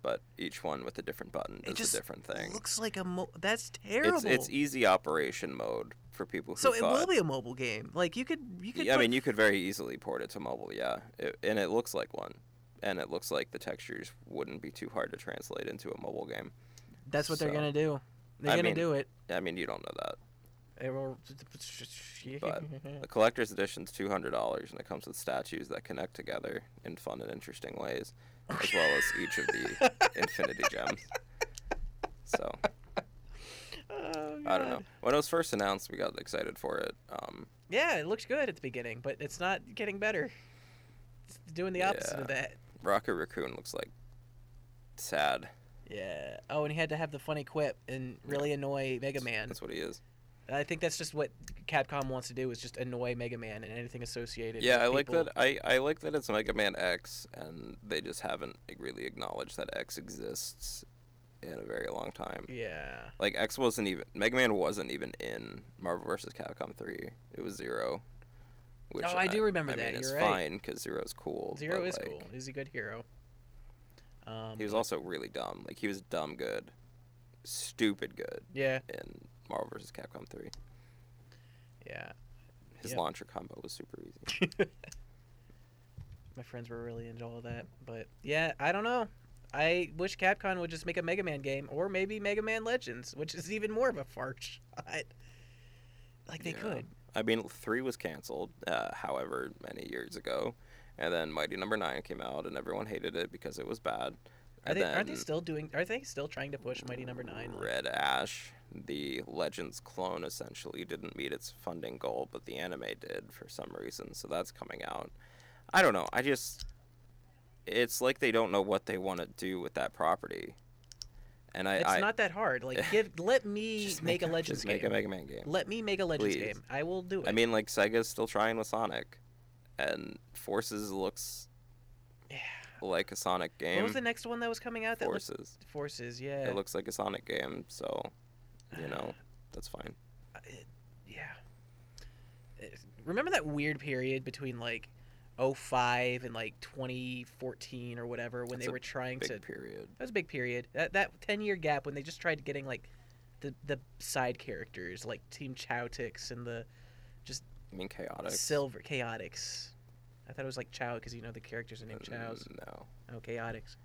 [SPEAKER 2] but each one with a different button does
[SPEAKER 1] just
[SPEAKER 2] a different thing.
[SPEAKER 1] Looks like a mo- that's terrible.
[SPEAKER 2] It's, it's easy operation mode for people who
[SPEAKER 1] so it will
[SPEAKER 2] thought-
[SPEAKER 1] be a mobile game. Like you could you could.
[SPEAKER 2] Yeah, I
[SPEAKER 1] put-
[SPEAKER 2] mean, you could very easily port it to mobile, yeah. It, and it looks like one. And it looks like the textures wouldn't be too hard to translate into a mobile game.
[SPEAKER 1] that's what they're
[SPEAKER 2] so-
[SPEAKER 1] gonna do. They're
[SPEAKER 2] I
[SPEAKER 1] gonna
[SPEAKER 2] mean,
[SPEAKER 1] do it.
[SPEAKER 2] I mean, you don't know that.
[SPEAKER 1] They will-
[SPEAKER 2] But the collector's edition's two hundred dollars, and it comes with statues that connect together in fun and interesting ways, as well as each of the infinity gems. So
[SPEAKER 1] Oh,
[SPEAKER 2] I don't know.
[SPEAKER 1] God.
[SPEAKER 2] When it was first announced, we got excited for it. Um,
[SPEAKER 1] Yeah, it looks good at the beginning, but it's not getting better. It's doing the opposite of that.
[SPEAKER 2] Rocket Raccoon looks like sad.
[SPEAKER 1] Yeah. Oh, and he had to have the funny quip and really annoy Mega Man.
[SPEAKER 2] That's what he is.
[SPEAKER 1] And I think that's just what Capcom wants to do is just annoy Mega Man and anything associated.
[SPEAKER 2] Yeah,
[SPEAKER 1] with
[SPEAKER 2] I like
[SPEAKER 1] people.
[SPEAKER 2] that. I, I like that it's Mega Man X, and they just haven't really acknowledged that X exists in a very long time.
[SPEAKER 1] Yeah.
[SPEAKER 2] Like X wasn't even Mega Man wasn't even in Marvel vs. Capcom three. It was Zero. Which
[SPEAKER 1] Oh, I do remember
[SPEAKER 2] I
[SPEAKER 1] that,
[SPEAKER 2] Mean, it's
[SPEAKER 1] you're right.
[SPEAKER 2] fine because Zero's cool.
[SPEAKER 1] Zero
[SPEAKER 2] but,
[SPEAKER 1] is
[SPEAKER 2] like,
[SPEAKER 1] cool. He's a good hero. Um,
[SPEAKER 2] He was also really dumb. Like he was dumb good, stupid good
[SPEAKER 1] yeah,
[SPEAKER 2] in Marvel vs. Capcom three.
[SPEAKER 1] yeah.
[SPEAKER 2] His
[SPEAKER 1] Yep.
[SPEAKER 2] launcher combo was super easy.
[SPEAKER 1] My friends were really into all that, but yeah, I don't know. I wish Capcom would just make a Mega Man game, or maybe Mega Man Legends, which is even more of a far shot. Like they
[SPEAKER 2] Yeah.
[SPEAKER 1] could.
[SPEAKER 2] I mean, three was canceled, uh, however many years ago, and then Mighty Number Nine came out, and everyone hated it because it was bad.
[SPEAKER 1] Are
[SPEAKER 2] and
[SPEAKER 1] they?
[SPEAKER 2] then
[SPEAKER 1] Aren't they still doing? Are they still trying to push Mighty Number Nine? Like,
[SPEAKER 2] Red Ash, the Legends clone, essentially didn't meet its funding goal, but the anime did for some reason, so that's coming out. I don't know. I just. It's like they don't know what they want to do with that property. And I.
[SPEAKER 1] it's
[SPEAKER 2] I
[SPEAKER 1] not that hard. Like, give let me
[SPEAKER 2] just
[SPEAKER 1] make, a Legends
[SPEAKER 2] just make
[SPEAKER 1] game.
[SPEAKER 2] a Mega Man game.
[SPEAKER 1] Let me make a Legends
[SPEAKER 2] Please.
[SPEAKER 1] game. I will do it.
[SPEAKER 2] I mean, like, Sega's still trying with Sonic, and Forces looks
[SPEAKER 1] Yeah.
[SPEAKER 2] like a Sonic game.
[SPEAKER 1] what was the next one that was coming out? That looked-
[SPEAKER 2] Forces.
[SPEAKER 1] Forces. Yeah. Uh,
[SPEAKER 2] It looks like a Sonic game, so, you know, that's fine.
[SPEAKER 1] it, yeah. It- remember that weird period between like 05 and like 2014 or whatever when
[SPEAKER 2] That's
[SPEAKER 1] they
[SPEAKER 2] a
[SPEAKER 1] were trying
[SPEAKER 2] Big
[SPEAKER 1] to
[SPEAKER 2] period.
[SPEAKER 1] that was a big period. That that 10 year gap when they just tried getting like the the side characters like Team Chowtix and the
[SPEAKER 2] I mean, chaotic.
[SPEAKER 1] Silver Chaotix. I thought it was like Chow because you know the characters are named
[SPEAKER 2] Uh,
[SPEAKER 1] Chows.
[SPEAKER 2] Mm, No.
[SPEAKER 1] Oh, Chaotix.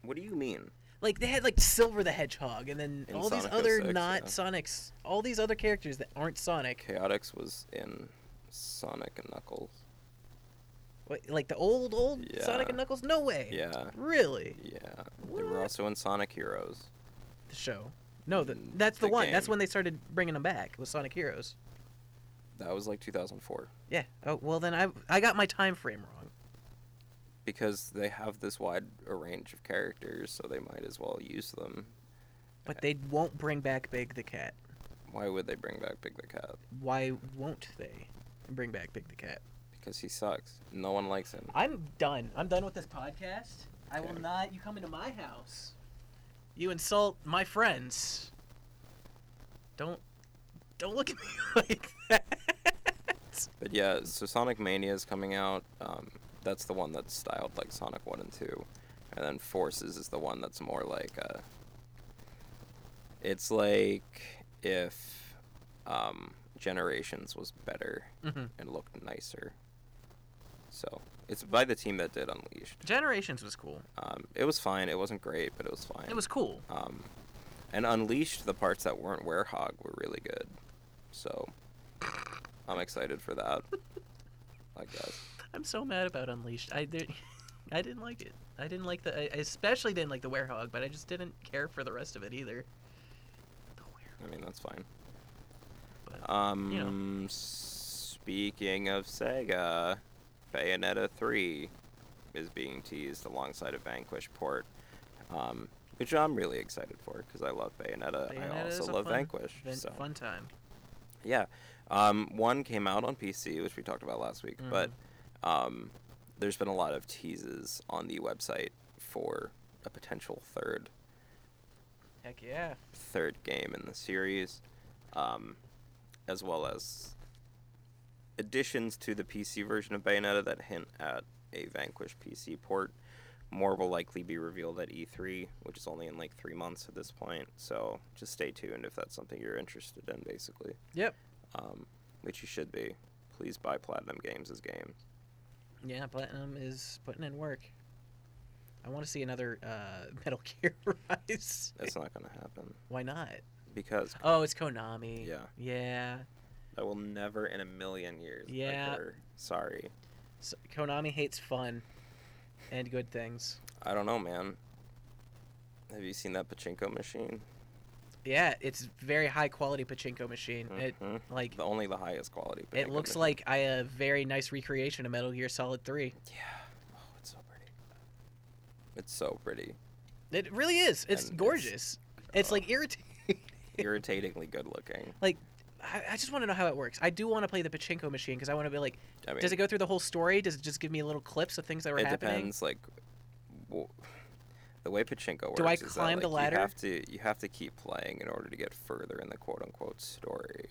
[SPEAKER 2] What do you mean?
[SPEAKER 1] Like they had like Silver the Hedgehog, and then
[SPEAKER 2] In
[SPEAKER 1] all these
[SPEAKER 2] Sonic
[SPEAKER 1] other
[SPEAKER 2] 06,
[SPEAKER 1] not
[SPEAKER 2] yeah.
[SPEAKER 1] Sonics, all these other characters that aren't Sonic.
[SPEAKER 2] Chaotix was in Sonic and Knuckles.
[SPEAKER 1] What, like the old old
[SPEAKER 2] Yeah.
[SPEAKER 1] Sonic and Knuckles. No way.
[SPEAKER 2] Yeah.
[SPEAKER 1] Really?
[SPEAKER 2] Yeah. They were
[SPEAKER 1] What?
[SPEAKER 2] also in Sonic Heroes.
[SPEAKER 1] The show. No, the,
[SPEAKER 2] Mm,
[SPEAKER 1] that's the,
[SPEAKER 2] the
[SPEAKER 1] one. That's
[SPEAKER 2] game.
[SPEAKER 1] when they started bringing them back with Sonic Heroes.
[SPEAKER 2] That was like 2004.
[SPEAKER 1] Yeah. Oh well, then I I got my time frame wrong.
[SPEAKER 2] Because they have this wide a range of characters, so they might as well use them.
[SPEAKER 1] But they won't bring back Big the Cat.
[SPEAKER 2] Why would they bring back Big the Cat?
[SPEAKER 1] Why won't they bring back Big the Cat?
[SPEAKER 2] Because he sucks. No one likes him.
[SPEAKER 1] I'm done. I'm done with this podcast. I will
[SPEAKER 2] Okay.
[SPEAKER 1] not. You come into my house. You insult my friends. Don't, don't look at me like that.
[SPEAKER 2] But yeah, so Sonic Mania is coming out. Um, that's the one that's styled like Sonic 1 and 2. And then Forces is the one that's more like. Uh, it's like if um, Generations was better
[SPEAKER 1] hmm
[SPEAKER 2] and looked nicer. So it's by the team that did Unleashed.
[SPEAKER 1] Generations was cool.
[SPEAKER 2] Um, it was fine. It wasn't great, but it was fine.
[SPEAKER 1] It was cool.
[SPEAKER 2] Um, and Unleashed, the parts that weren't Werehog were really good. So I'm excited for that. I guess.
[SPEAKER 1] I'm so mad about Unleashed. I there, I didn't like it. I didn't like the. I I especially didn't like the Werehog, but I just didn't care for the rest of it either. The Oh, Werehog.
[SPEAKER 2] I mean, that's fine.
[SPEAKER 1] But,
[SPEAKER 2] Um,
[SPEAKER 1] you
[SPEAKER 2] Speaking of Sega, Bayonetta 3 is being teased alongside a Vanquish port, um, which I'm really excited for because I love Bayonetta. I
[SPEAKER 1] Bayonetta is
[SPEAKER 2] also
[SPEAKER 1] a
[SPEAKER 2] love
[SPEAKER 1] fun
[SPEAKER 2] Vanquish.
[SPEAKER 1] Ven-
[SPEAKER 2] so.
[SPEAKER 1] Fun time.
[SPEAKER 2] Yeah. Um, one came out on PC, which we talked about last week, but um, there's been a lot of teases on the website for a potential third
[SPEAKER 1] Heck yeah.
[SPEAKER 2] third game in the series, um, as well as additions to the PC version of Bayonetta that hint at a Vanquish PC port. More will likely be revealed at E3, which is only in like three months at this point. So just stay tuned if that's something you're interested in, basically
[SPEAKER 1] Yep.
[SPEAKER 2] um, which you should be. Please buy Platinum Games' as games.
[SPEAKER 1] Yeah, Platinum is putting in work. I want to see another uh, Metal Gear Rise.
[SPEAKER 2] That's not going to happen
[SPEAKER 1] Why not?
[SPEAKER 2] because
[SPEAKER 1] Oh, it's Konami.
[SPEAKER 2] Yeah.
[SPEAKER 1] Yeah.
[SPEAKER 2] I will never in a million years.
[SPEAKER 1] Yeah.
[SPEAKER 2] occur. Sorry.
[SPEAKER 1] So, Konami hates fun and good things.
[SPEAKER 2] I don't know, man. Have you seen that pachinko machine?
[SPEAKER 1] Yeah, it's very high quality pachinko machine. It
[SPEAKER 2] Mhm.
[SPEAKER 1] like
[SPEAKER 2] the only the highest quality.
[SPEAKER 1] it
[SPEAKER 2] pachinko
[SPEAKER 1] looks
[SPEAKER 2] machine.
[SPEAKER 1] like I a uh, very nice recreation of Metal Gear Solid 3.
[SPEAKER 2] Yeah. Oh, it's so pretty. It's so pretty.
[SPEAKER 1] It really is. It's
[SPEAKER 2] And it's-
[SPEAKER 1] gorgeous. It's,
[SPEAKER 2] oh.
[SPEAKER 1] like irritating.
[SPEAKER 2] Irritatingly good looking.
[SPEAKER 1] I, I just want to know how it works. I do want to play the pachinko machine because I want to be like,
[SPEAKER 2] I mean,
[SPEAKER 1] does it go through the whole story? Does it just give me little clips of things that were
[SPEAKER 2] it
[SPEAKER 1] happening?
[SPEAKER 2] depends like w- the way pachinko works
[SPEAKER 1] Do I
[SPEAKER 2] is
[SPEAKER 1] climb
[SPEAKER 2] that,
[SPEAKER 1] the
[SPEAKER 2] like,
[SPEAKER 1] ladder?
[SPEAKER 2] you have to you have to keep playing in order to get further in the quote unquote story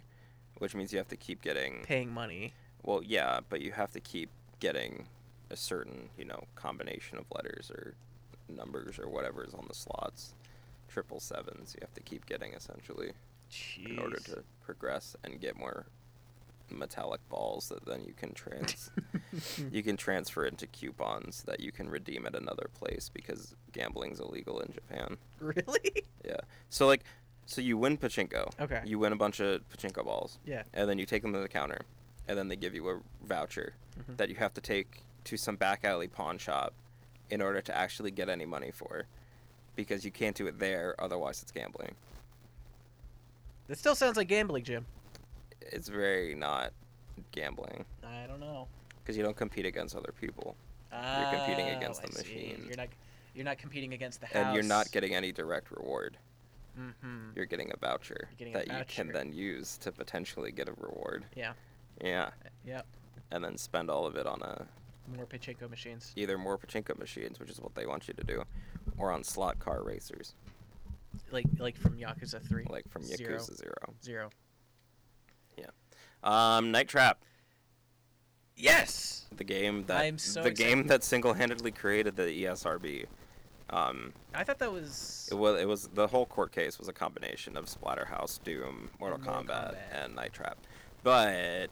[SPEAKER 2] which means you have to keep getting
[SPEAKER 1] Paying money.
[SPEAKER 2] well yeah but you have to keep getting a certain you know combination of letters or numbers or whatever is on the slots triple sevens you have to keep getting essentially in order
[SPEAKER 1] Jeez.
[SPEAKER 2] to progress and get more metallic balls that then you can trans you can transfer into coupons that you can redeem at another place because gambling's illegal in Japan.
[SPEAKER 1] Really?
[SPEAKER 2] Yeah. So like so you win pachinko.
[SPEAKER 1] Okay.
[SPEAKER 2] You win a bunch of pachinko balls
[SPEAKER 1] Yeah.
[SPEAKER 2] and then you take them to the counter and then they give you a voucher
[SPEAKER 1] Mhm.
[SPEAKER 2] that you have to take to some back alley pawn shop in order to actually get any money for because you can't do it there otherwise it's gambling.
[SPEAKER 1] That still sounds like gambling, Jim.
[SPEAKER 2] It's very not gambling.
[SPEAKER 1] I don't know.
[SPEAKER 2] because you don't compete against other people
[SPEAKER 1] You're
[SPEAKER 2] competing against the machine.
[SPEAKER 1] Oh, You're not. You're not competing against the house.
[SPEAKER 2] and you're not getting any direct reward
[SPEAKER 1] Mm-hmm.
[SPEAKER 2] you're getting a voucher
[SPEAKER 1] You're getting a
[SPEAKER 2] that you can
[SPEAKER 1] voucher.
[SPEAKER 2] then use to potentially get a reward
[SPEAKER 1] Yeah.
[SPEAKER 2] yeah
[SPEAKER 1] Yep.
[SPEAKER 2] and then spend all of it on a
[SPEAKER 1] More pachinko machines.
[SPEAKER 2] either more pachinko machines which is what they want you to do or on slot car racers
[SPEAKER 1] Like like from Yakuza Three.
[SPEAKER 2] like from
[SPEAKER 1] Zero.
[SPEAKER 2] yakuza zero,
[SPEAKER 1] Zero.
[SPEAKER 2] um night trap
[SPEAKER 1] Yes.
[SPEAKER 2] the game that
[SPEAKER 1] I'm so
[SPEAKER 2] the game that single-handedly created the E esrb um,
[SPEAKER 1] I thought that was.
[SPEAKER 2] it was it was the whole court case was a combination of Splatterhouse, Doom, Mortal,
[SPEAKER 1] Mortal
[SPEAKER 2] Kombat,
[SPEAKER 1] Kombat.
[SPEAKER 2] and Night Trap, but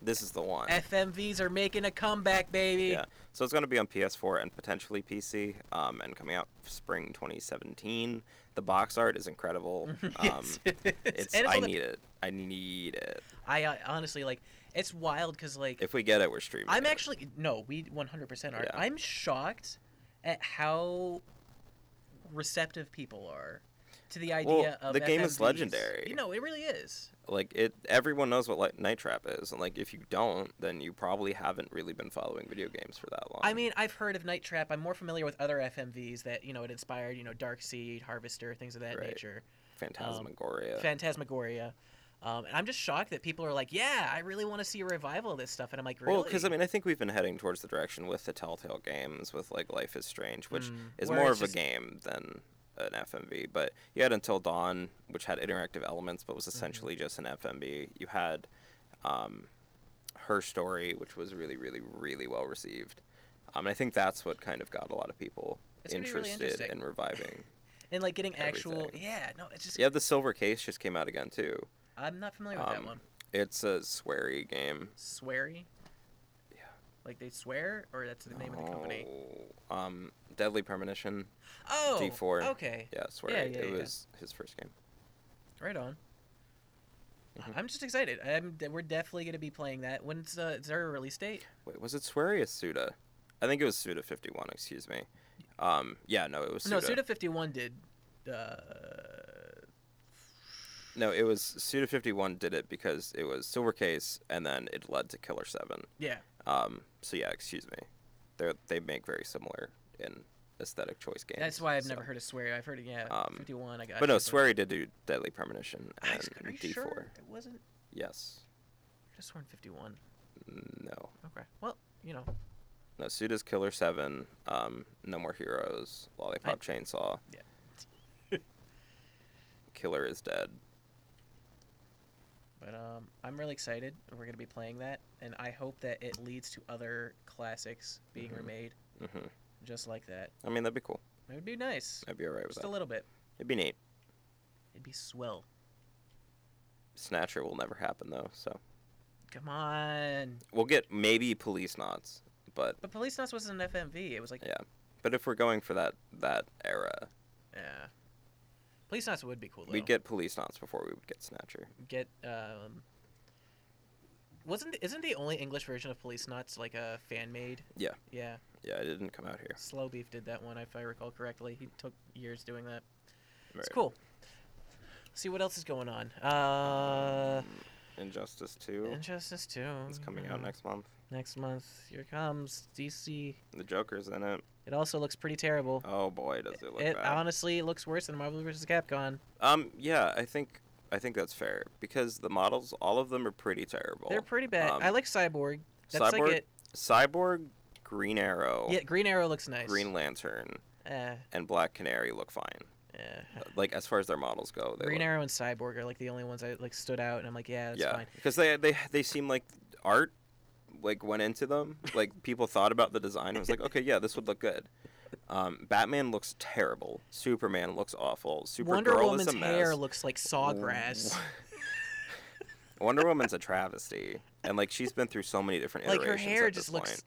[SPEAKER 2] This is the one.
[SPEAKER 1] Eh. FMVs are making a comeback, baby.
[SPEAKER 2] Yeah. So it's going to be on PS4 and potentially PC, um, and coming out spring 2017. The box art is incredible. Um,
[SPEAKER 1] Yes, it is.
[SPEAKER 2] it's
[SPEAKER 1] And it's
[SPEAKER 2] I
[SPEAKER 1] on the-
[SPEAKER 2] need it. I need it.
[SPEAKER 1] I uh, honestly like it's wild because like
[SPEAKER 2] If we get it, we're streaming.
[SPEAKER 1] I'm
[SPEAKER 2] it.
[SPEAKER 1] actually no, we 100% are.
[SPEAKER 2] Yeah.
[SPEAKER 1] I'm shocked at how receptive people are to the idea
[SPEAKER 2] Well,
[SPEAKER 1] of
[SPEAKER 2] the game is
[SPEAKER 1] FMVs.
[SPEAKER 2] legendary.
[SPEAKER 1] You know, it really is.
[SPEAKER 2] like it. Everyone knows what like, Night Trap is, and like if you don't, then you probably haven't really been following video games for that long.
[SPEAKER 1] I mean, I've heard of Night Trap. I'm more familiar with other FMVs that you know it inspired. You know, Dark Seed, Harvester, things of that
[SPEAKER 2] Right.
[SPEAKER 1] nature,
[SPEAKER 2] Phantasmagoria.
[SPEAKER 1] Phantasmagoria. Um, and I'm just shocked that people are like, "Yeah, I really want to see a revival of this stuff." And I'm like, "Really?"
[SPEAKER 2] Well, because I mean, I think we've been heading towards the direction with the Telltale games, with like Life is Strange, which
[SPEAKER 1] Mm,
[SPEAKER 2] is
[SPEAKER 1] where
[SPEAKER 2] more
[SPEAKER 1] it's
[SPEAKER 2] of a
[SPEAKER 1] just-
[SPEAKER 2] game than an FMV. But you had Until Dawn, which had interactive elements, but was
[SPEAKER 1] Mm-hmm.
[SPEAKER 2] essentially just an FMV. You had um, Her Story, which was really, really, really well received. Um, and I think that's what kind of got a lot of people
[SPEAKER 1] It's gonna be really
[SPEAKER 2] interested
[SPEAKER 1] interesting.
[SPEAKER 2] in reviving.
[SPEAKER 1] and like getting actual,
[SPEAKER 2] everything.
[SPEAKER 1] yeah, no, it's just
[SPEAKER 2] yeah, The Silver Case just came out again too.
[SPEAKER 1] I'm not familiar with that
[SPEAKER 2] Um,
[SPEAKER 1] one.
[SPEAKER 2] It's a sweary game.
[SPEAKER 1] Sweary?
[SPEAKER 2] Yeah.
[SPEAKER 1] Like they swear, or that's the name of the company.
[SPEAKER 2] Oh, Um, Deadly Premonition.
[SPEAKER 1] Oh,
[SPEAKER 2] D4.
[SPEAKER 1] Okay,
[SPEAKER 2] Yeah, swear.
[SPEAKER 1] Yeah,
[SPEAKER 2] it,
[SPEAKER 1] yeah,
[SPEAKER 2] it
[SPEAKER 1] yeah.
[SPEAKER 2] was his first game.
[SPEAKER 1] right on.
[SPEAKER 2] Mhm.
[SPEAKER 1] I'm just excited. I'm, de- we're definitely gonna be playing that. When's uh, is there a release date?
[SPEAKER 2] Wait, was it Swery or Suda? I think it was Suda fifty one. Excuse me. Um, yeah, no, it was Suda.
[SPEAKER 1] No, Suda 51 did. Uh,
[SPEAKER 2] No, it was Suda fifty one did it because it was Silvercase, and then it led to Killer Seven.
[SPEAKER 1] yeah,
[SPEAKER 2] Um, so yeah, excuse me. They they make very similar in aesthetic choice games.
[SPEAKER 1] that's why I've
[SPEAKER 2] so-
[SPEAKER 1] never heard of swear. I've heard of yeah,
[SPEAKER 2] Um,
[SPEAKER 1] 51. I got.
[SPEAKER 2] But no,
[SPEAKER 1] you,
[SPEAKER 2] Swery did do Deadly Premonition
[SPEAKER 1] I
[SPEAKER 2] and
[SPEAKER 1] just- Are you
[SPEAKER 2] D four.
[SPEAKER 1] sure it wasn't? I
[SPEAKER 2] Yes.
[SPEAKER 1] could have sworn 51.
[SPEAKER 2] No.
[SPEAKER 1] Okay. Well, you know,
[SPEAKER 2] No, Suda's Killer Seven, um, No More Heroes, Lollipop Chainsaw.
[SPEAKER 1] Yeah.
[SPEAKER 2] Killer is dead.
[SPEAKER 1] But um, I'm really excited. that We're going to be playing that, and I hope that it leads to other classics being
[SPEAKER 2] Mhm.
[SPEAKER 1] remade
[SPEAKER 2] hmm
[SPEAKER 1] just like that.
[SPEAKER 2] I mean, that'd be cool.
[SPEAKER 1] It would be nice,
[SPEAKER 2] I'd be alright with
[SPEAKER 1] just a
[SPEAKER 2] that.
[SPEAKER 1] little bit.
[SPEAKER 2] It'd be neat.
[SPEAKER 1] It'd be swell.
[SPEAKER 2] Snatcher will never happen though, so
[SPEAKER 1] Come on.
[SPEAKER 2] we'll get maybe police knots, but
[SPEAKER 1] But Police Knots wasn't an FMV. It was like, yeah.
[SPEAKER 2] Yeah. but if we're going for that that era,
[SPEAKER 1] Police Knots would be cool though.
[SPEAKER 2] we'd get police knots before we would get Snatcher.
[SPEAKER 1] get um. Wasn't isn't the only English version of Police Knots like a fan made?
[SPEAKER 2] Yeah.
[SPEAKER 1] Yeah.
[SPEAKER 2] Yeah, it didn't come out here.
[SPEAKER 1] Slow Beef did that one if I recall correctly. He took years doing that.
[SPEAKER 2] Right.
[SPEAKER 1] It's cool. See what else is going on. Uh,
[SPEAKER 2] Injustice Two
[SPEAKER 1] Injustice Two.
[SPEAKER 2] is coming out
[SPEAKER 1] yeah.
[SPEAKER 2] next month.
[SPEAKER 1] Next month. Here comes DC.
[SPEAKER 2] The Joker's in it.
[SPEAKER 1] It also looks pretty terrible.
[SPEAKER 2] Oh boy, does it look
[SPEAKER 1] it
[SPEAKER 2] bad.
[SPEAKER 1] honestly looks worse than Marvel vs. Capcom.
[SPEAKER 2] Um, yeah, I think I think that's fair because the models, all of them, are pretty terrible.
[SPEAKER 1] They're pretty bad. I
[SPEAKER 2] um,
[SPEAKER 1] like Cyborg. That's
[SPEAKER 2] Cyborg,
[SPEAKER 1] like it.
[SPEAKER 2] Cyborg, Green Arrow,
[SPEAKER 1] Yeah, Green Arrow looks nice.
[SPEAKER 2] Green Lantern,
[SPEAKER 1] Uh,
[SPEAKER 2] and Black Canary look fine.
[SPEAKER 1] yeah.
[SPEAKER 2] Like as far as their models go, Oh,
[SPEAKER 1] eh.
[SPEAKER 2] they
[SPEAKER 1] Uh, Green
[SPEAKER 2] look,
[SPEAKER 1] Arrow and Cyborg are like the only ones I like stood out, and I'm like, yeah, that's
[SPEAKER 2] yeah,
[SPEAKER 1] fine.
[SPEAKER 2] because they they they seem like art like went into them. Like people thought about the design and was like, okay, yeah, this would look good. Um, Batman looks terrible. Superman looks awful. Supergirl
[SPEAKER 1] Wonder
[SPEAKER 2] is
[SPEAKER 1] Woman's
[SPEAKER 2] a mess.
[SPEAKER 1] hair looks like sawgrass.
[SPEAKER 2] Wonder Woman's a travesty, and like she's been through so many different
[SPEAKER 1] like
[SPEAKER 2] iterations.
[SPEAKER 1] her hair
[SPEAKER 2] at
[SPEAKER 1] just
[SPEAKER 2] this
[SPEAKER 1] looks.
[SPEAKER 2] point.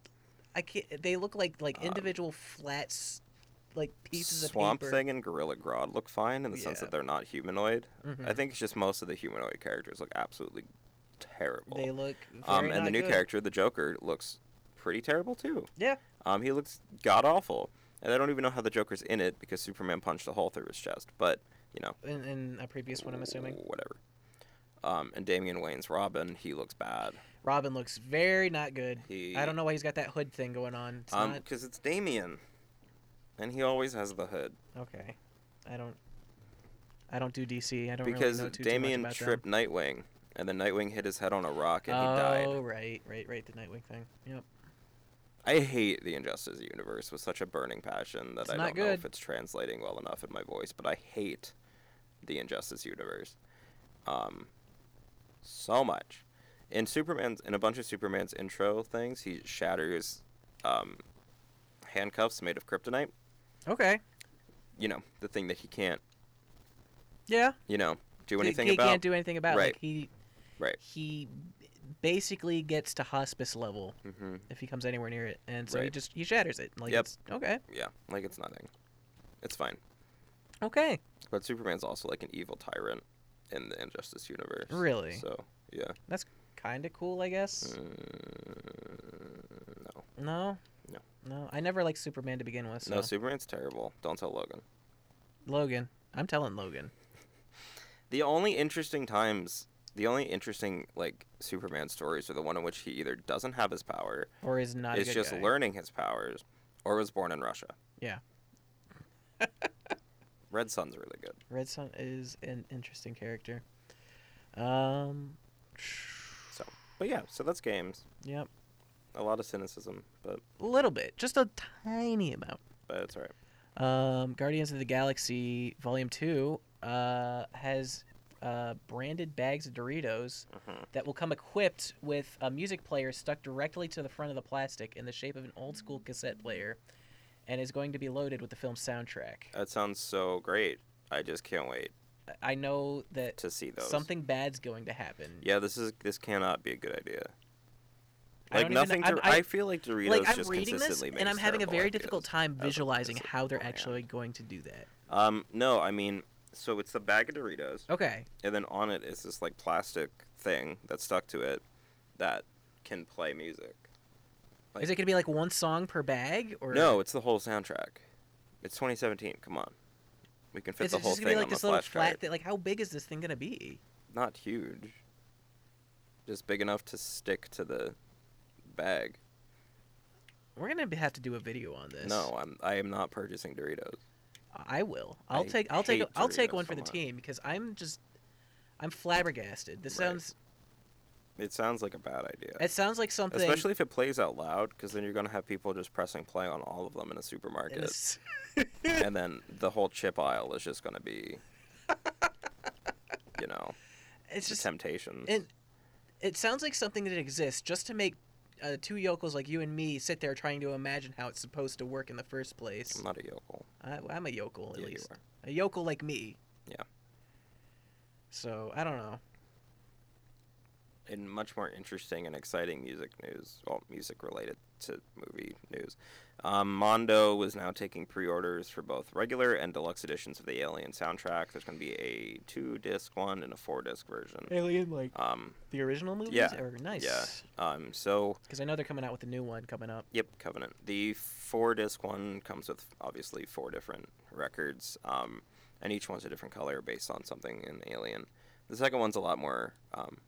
[SPEAKER 1] I can't. They look like like
[SPEAKER 2] Um,
[SPEAKER 1] individual flat, s- like pieces
[SPEAKER 2] Swamp
[SPEAKER 1] of paper.
[SPEAKER 2] Thing and Gorilla Grodd look fine in the sense
[SPEAKER 1] Yeah.
[SPEAKER 2] that they're not humanoid.
[SPEAKER 1] Mhm.
[SPEAKER 2] I think it's just most of the humanoid characters look absolutely terrible.
[SPEAKER 1] They look.
[SPEAKER 2] um,
[SPEAKER 1] very
[SPEAKER 2] and
[SPEAKER 1] not
[SPEAKER 2] the new
[SPEAKER 1] good.
[SPEAKER 2] character, the Joker, looks pretty terrible too.
[SPEAKER 1] Yeah.
[SPEAKER 2] Um, he looks god awful, and I don't even know how the Joker's in it because Superman punched a hole through his chest. But you know,
[SPEAKER 1] In, in a previous one, I'm assuming
[SPEAKER 2] whatever. Um, and Damian Wayne's Robin, he looks bad.
[SPEAKER 1] Robin looks very not good.
[SPEAKER 2] He
[SPEAKER 1] I don't know why he's got that hood thing going on. It's
[SPEAKER 2] Um,
[SPEAKER 1] not
[SPEAKER 2] because it's Damien, and he always has the hood.
[SPEAKER 1] okay. I don't. I don't do DC. I don't
[SPEAKER 2] because
[SPEAKER 1] really know too, too
[SPEAKER 2] Damien
[SPEAKER 1] much about them.
[SPEAKER 2] tripped Nightwing, and then Nightwing hit his head on a rock and he
[SPEAKER 1] Oh
[SPEAKER 2] died.
[SPEAKER 1] right, right, right. The Nightwing thing. Yep.
[SPEAKER 2] I hate the Injustice universe with such a burning passion that
[SPEAKER 1] It's
[SPEAKER 2] I
[SPEAKER 1] not
[SPEAKER 2] don't know if
[SPEAKER 1] good.
[SPEAKER 2] it's translating well enough in my voice, but I hate the Injustice universe, um, so much. In Superman's in a bunch of Superman's intro things, he shatters um, handcuffs made of kryptonite.
[SPEAKER 1] Okay.
[SPEAKER 2] You know the thing that he can't,
[SPEAKER 1] Yeah.
[SPEAKER 2] you know, do
[SPEAKER 1] He-
[SPEAKER 2] anything
[SPEAKER 1] he
[SPEAKER 2] about.
[SPEAKER 1] can't do anything about.
[SPEAKER 2] Right.
[SPEAKER 1] Like he.
[SPEAKER 2] Right.
[SPEAKER 1] He basically gets to hospice level
[SPEAKER 2] hmm
[SPEAKER 1] if he comes anywhere near it, and so he
[SPEAKER 2] Right.
[SPEAKER 1] just he shatters it. Like
[SPEAKER 2] Yep.
[SPEAKER 1] it's okay,
[SPEAKER 2] Yeah, like it's nothing. It's fine.
[SPEAKER 1] okay,
[SPEAKER 2] But Superman's also like an evil tyrant in the Injustice universe.
[SPEAKER 1] Really?
[SPEAKER 2] So yeah.
[SPEAKER 1] that's kind of cool, I guess.
[SPEAKER 2] Mm, no.
[SPEAKER 1] No,
[SPEAKER 2] No.
[SPEAKER 1] no, I never liked Superman to begin with. So
[SPEAKER 2] No, Superman's terrible. Don't tell Logan.
[SPEAKER 1] Logan, I'm telling Logan.
[SPEAKER 2] The only interesting times, the only interesting like Superman stories are the one in which he either doesn't have his power,
[SPEAKER 1] Or is not.
[SPEAKER 2] is
[SPEAKER 1] a good
[SPEAKER 2] just
[SPEAKER 1] guy.
[SPEAKER 2] learning his powers, or was born in Russia.
[SPEAKER 1] Yeah.
[SPEAKER 2] Red Sun's really good.
[SPEAKER 1] Red Sun is an interesting character. Um,
[SPEAKER 2] So, but yeah, so that's games.
[SPEAKER 1] yep,
[SPEAKER 2] A lot of cynicism, but
[SPEAKER 1] a little bit, just a tiny amount.
[SPEAKER 2] but it's all right.
[SPEAKER 1] Um, Guardians of the Galaxy Volume Two uh, has uh, branded bags of Doritos
[SPEAKER 2] Mhm.
[SPEAKER 1] that will come equipped with a music player stuck directly to the front of the plastic in the shape of an old school cassette player, and is going to be loaded with the film's soundtrack.
[SPEAKER 2] That sounds so great. I just can't wait
[SPEAKER 1] I- I know that
[SPEAKER 2] to see those.
[SPEAKER 1] something bad's going to happen.
[SPEAKER 2] Yeah, this is this cannot be a good idea.
[SPEAKER 1] I
[SPEAKER 2] Like
[SPEAKER 1] don't even-
[SPEAKER 2] nothing.
[SPEAKER 1] I'm-
[SPEAKER 2] to,
[SPEAKER 1] I-
[SPEAKER 2] I, feel like Doritos
[SPEAKER 1] like I'm
[SPEAKER 2] just
[SPEAKER 1] reading this,
[SPEAKER 2] consistently
[SPEAKER 1] and I'm
[SPEAKER 2] makes
[SPEAKER 1] having a
[SPEAKER 2] terrible
[SPEAKER 1] very
[SPEAKER 2] ideas.
[SPEAKER 1] difficult time
[SPEAKER 2] as a-
[SPEAKER 1] visualizing
[SPEAKER 2] as a
[SPEAKER 1] how they're
[SPEAKER 2] brand.
[SPEAKER 1] actually going to do that.
[SPEAKER 2] Um, no, I mean, so it's the bag of Doritos,
[SPEAKER 1] Okay,
[SPEAKER 2] and then on it is this like plastic thing that's stuck to it that can play music. Like-
[SPEAKER 1] is it going to be like one song per bag, or
[SPEAKER 2] No, it's the whole soundtrack. It's 2017. Come on, we can fit
[SPEAKER 1] Is
[SPEAKER 2] the
[SPEAKER 1] it
[SPEAKER 2] whole
[SPEAKER 1] just
[SPEAKER 2] thing
[SPEAKER 1] gonna be
[SPEAKER 2] on
[SPEAKER 1] like
[SPEAKER 2] the
[SPEAKER 1] this little
[SPEAKER 2] flash
[SPEAKER 1] flat
[SPEAKER 2] drive.
[SPEAKER 1] thing? Like, how big is this thing gonna be?
[SPEAKER 2] Not huge. Just big enough to stick to the bag.
[SPEAKER 1] We're gonna be- have to do a video on this.
[SPEAKER 2] No, I'm I am not purchasing Doritos.
[SPEAKER 1] I I will. I'll
[SPEAKER 2] I
[SPEAKER 1] take. I'll take.
[SPEAKER 2] hate
[SPEAKER 1] I'll take
[SPEAKER 2] Doritos
[SPEAKER 1] one for
[SPEAKER 2] so
[SPEAKER 1] the
[SPEAKER 2] much.
[SPEAKER 1] team because I'm just. I'm flabbergasted. This
[SPEAKER 2] Right.
[SPEAKER 1] sounds.
[SPEAKER 2] It sounds like a bad idea.
[SPEAKER 1] It sounds like something.
[SPEAKER 2] Especially if it plays out loud, because then you're gonna have people just pressing play on all of them in a
[SPEAKER 1] in
[SPEAKER 2] supermarket,
[SPEAKER 1] this-
[SPEAKER 2] and then the whole chip aisle is just gonna be, you know,
[SPEAKER 1] it's just.
[SPEAKER 2] temptations.
[SPEAKER 1] And it sounds like something that exists just to make uh, two yokels like you and me sit there trying to imagine how it's supposed to work in the first place.
[SPEAKER 2] I'm not a yokel.
[SPEAKER 1] I, I'm a yokel at
[SPEAKER 2] Yeah, you
[SPEAKER 1] least.
[SPEAKER 2] are.
[SPEAKER 1] A yokel like me.
[SPEAKER 2] Yeah.
[SPEAKER 1] So I don't know.
[SPEAKER 2] In much more interesting and exciting music news, well, music related to movie news, um, Mondo was now taking pre-orders for both regular and deluxe editions of the Alien soundtrack. There's gonna be a two-disc one and a four-disc version.
[SPEAKER 1] Alien like
[SPEAKER 2] Um,
[SPEAKER 1] the original movies.
[SPEAKER 2] Yeah,
[SPEAKER 1] Or, nice.
[SPEAKER 2] yeah. Um, so
[SPEAKER 1] Because I know they're coming out with a new one coming up.
[SPEAKER 2] Yep, Covenant. The four disc one comes with obviously four different records, um, and each one's a different color based on something in Alien. The second one's a lot more um,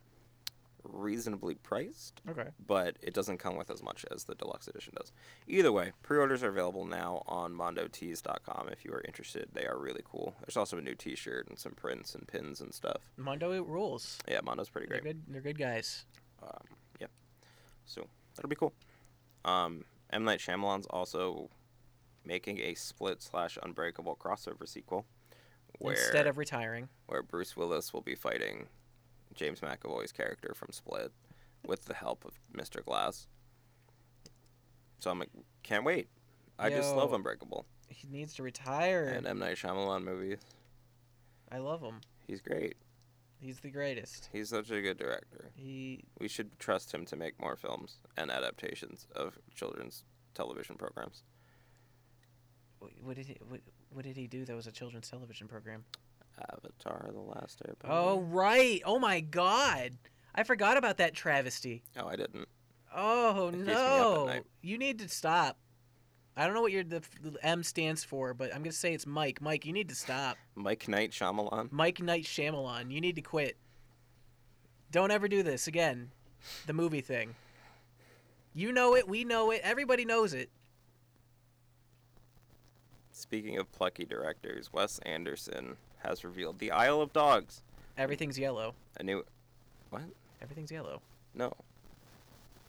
[SPEAKER 2] reasonably priced,
[SPEAKER 1] Okay.
[SPEAKER 2] but it doesn't come with as much as the deluxe edition does. Either way, pre orders are available now on mondotees.com if you are interested. They are really cool. There's also a new t shirt and some prints and pins and stuff.
[SPEAKER 1] Mondo it rules.
[SPEAKER 2] Yeah, Mondo's pretty
[SPEAKER 1] They're
[SPEAKER 2] great.
[SPEAKER 1] good. They're good guys.
[SPEAKER 2] Um, yep. So that'll be cool. Um, M Night Shyamalan's also making a split slash Unbreakable crossover sequel, where
[SPEAKER 1] Instead of retiring,
[SPEAKER 2] where Bruce Willis will be fighting James McAvoy's character from Split with the help of Mr. Glass. So I'm like, can't wait. I just love
[SPEAKER 1] Yo.
[SPEAKER 2] Unbreakable
[SPEAKER 1] he needs to retire.
[SPEAKER 2] and M Night Shyamalan movies.
[SPEAKER 1] I love him.
[SPEAKER 2] He's great.
[SPEAKER 1] He's the greatest.
[SPEAKER 2] He's such a good director.
[SPEAKER 1] He
[SPEAKER 2] We should trust him to make more films and adaptations of children's television programs.
[SPEAKER 1] wh- what did he what, what did he do that was a children's television program?
[SPEAKER 2] Avatar: The Last Airbender.
[SPEAKER 1] Oh right. Oh my god. I forgot about that travesty.
[SPEAKER 2] no, I didn't.
[SPEAKER 1] Oh
[SPEAKER 2] It keeps me up at
[SPEAKER 1] no.
[SPEAKER 2] night.
[SPEAKER 1] You need to stop. I don't know what your the, the M stands for, but I'm going to say it's Mike. Mike, you need to stop.
[SPEAKER 2] Mike Knight Shyamalan.
[SPEAKER 1] Mike Knight Shyamalan, you need to quit. Don't ever do this again. The movie thing. You know it, we know it, everybody knows it.
[SPEAKER 2] Speaking of plucky directors, Wes Anderson has revealed The Isle of Dogs.
[SPEAKER 1] Everything's yellow.
[SPEAKER 2] A new, what?
[SPEAKER 1] Everything's yellow.
[SPEAKER 2] No,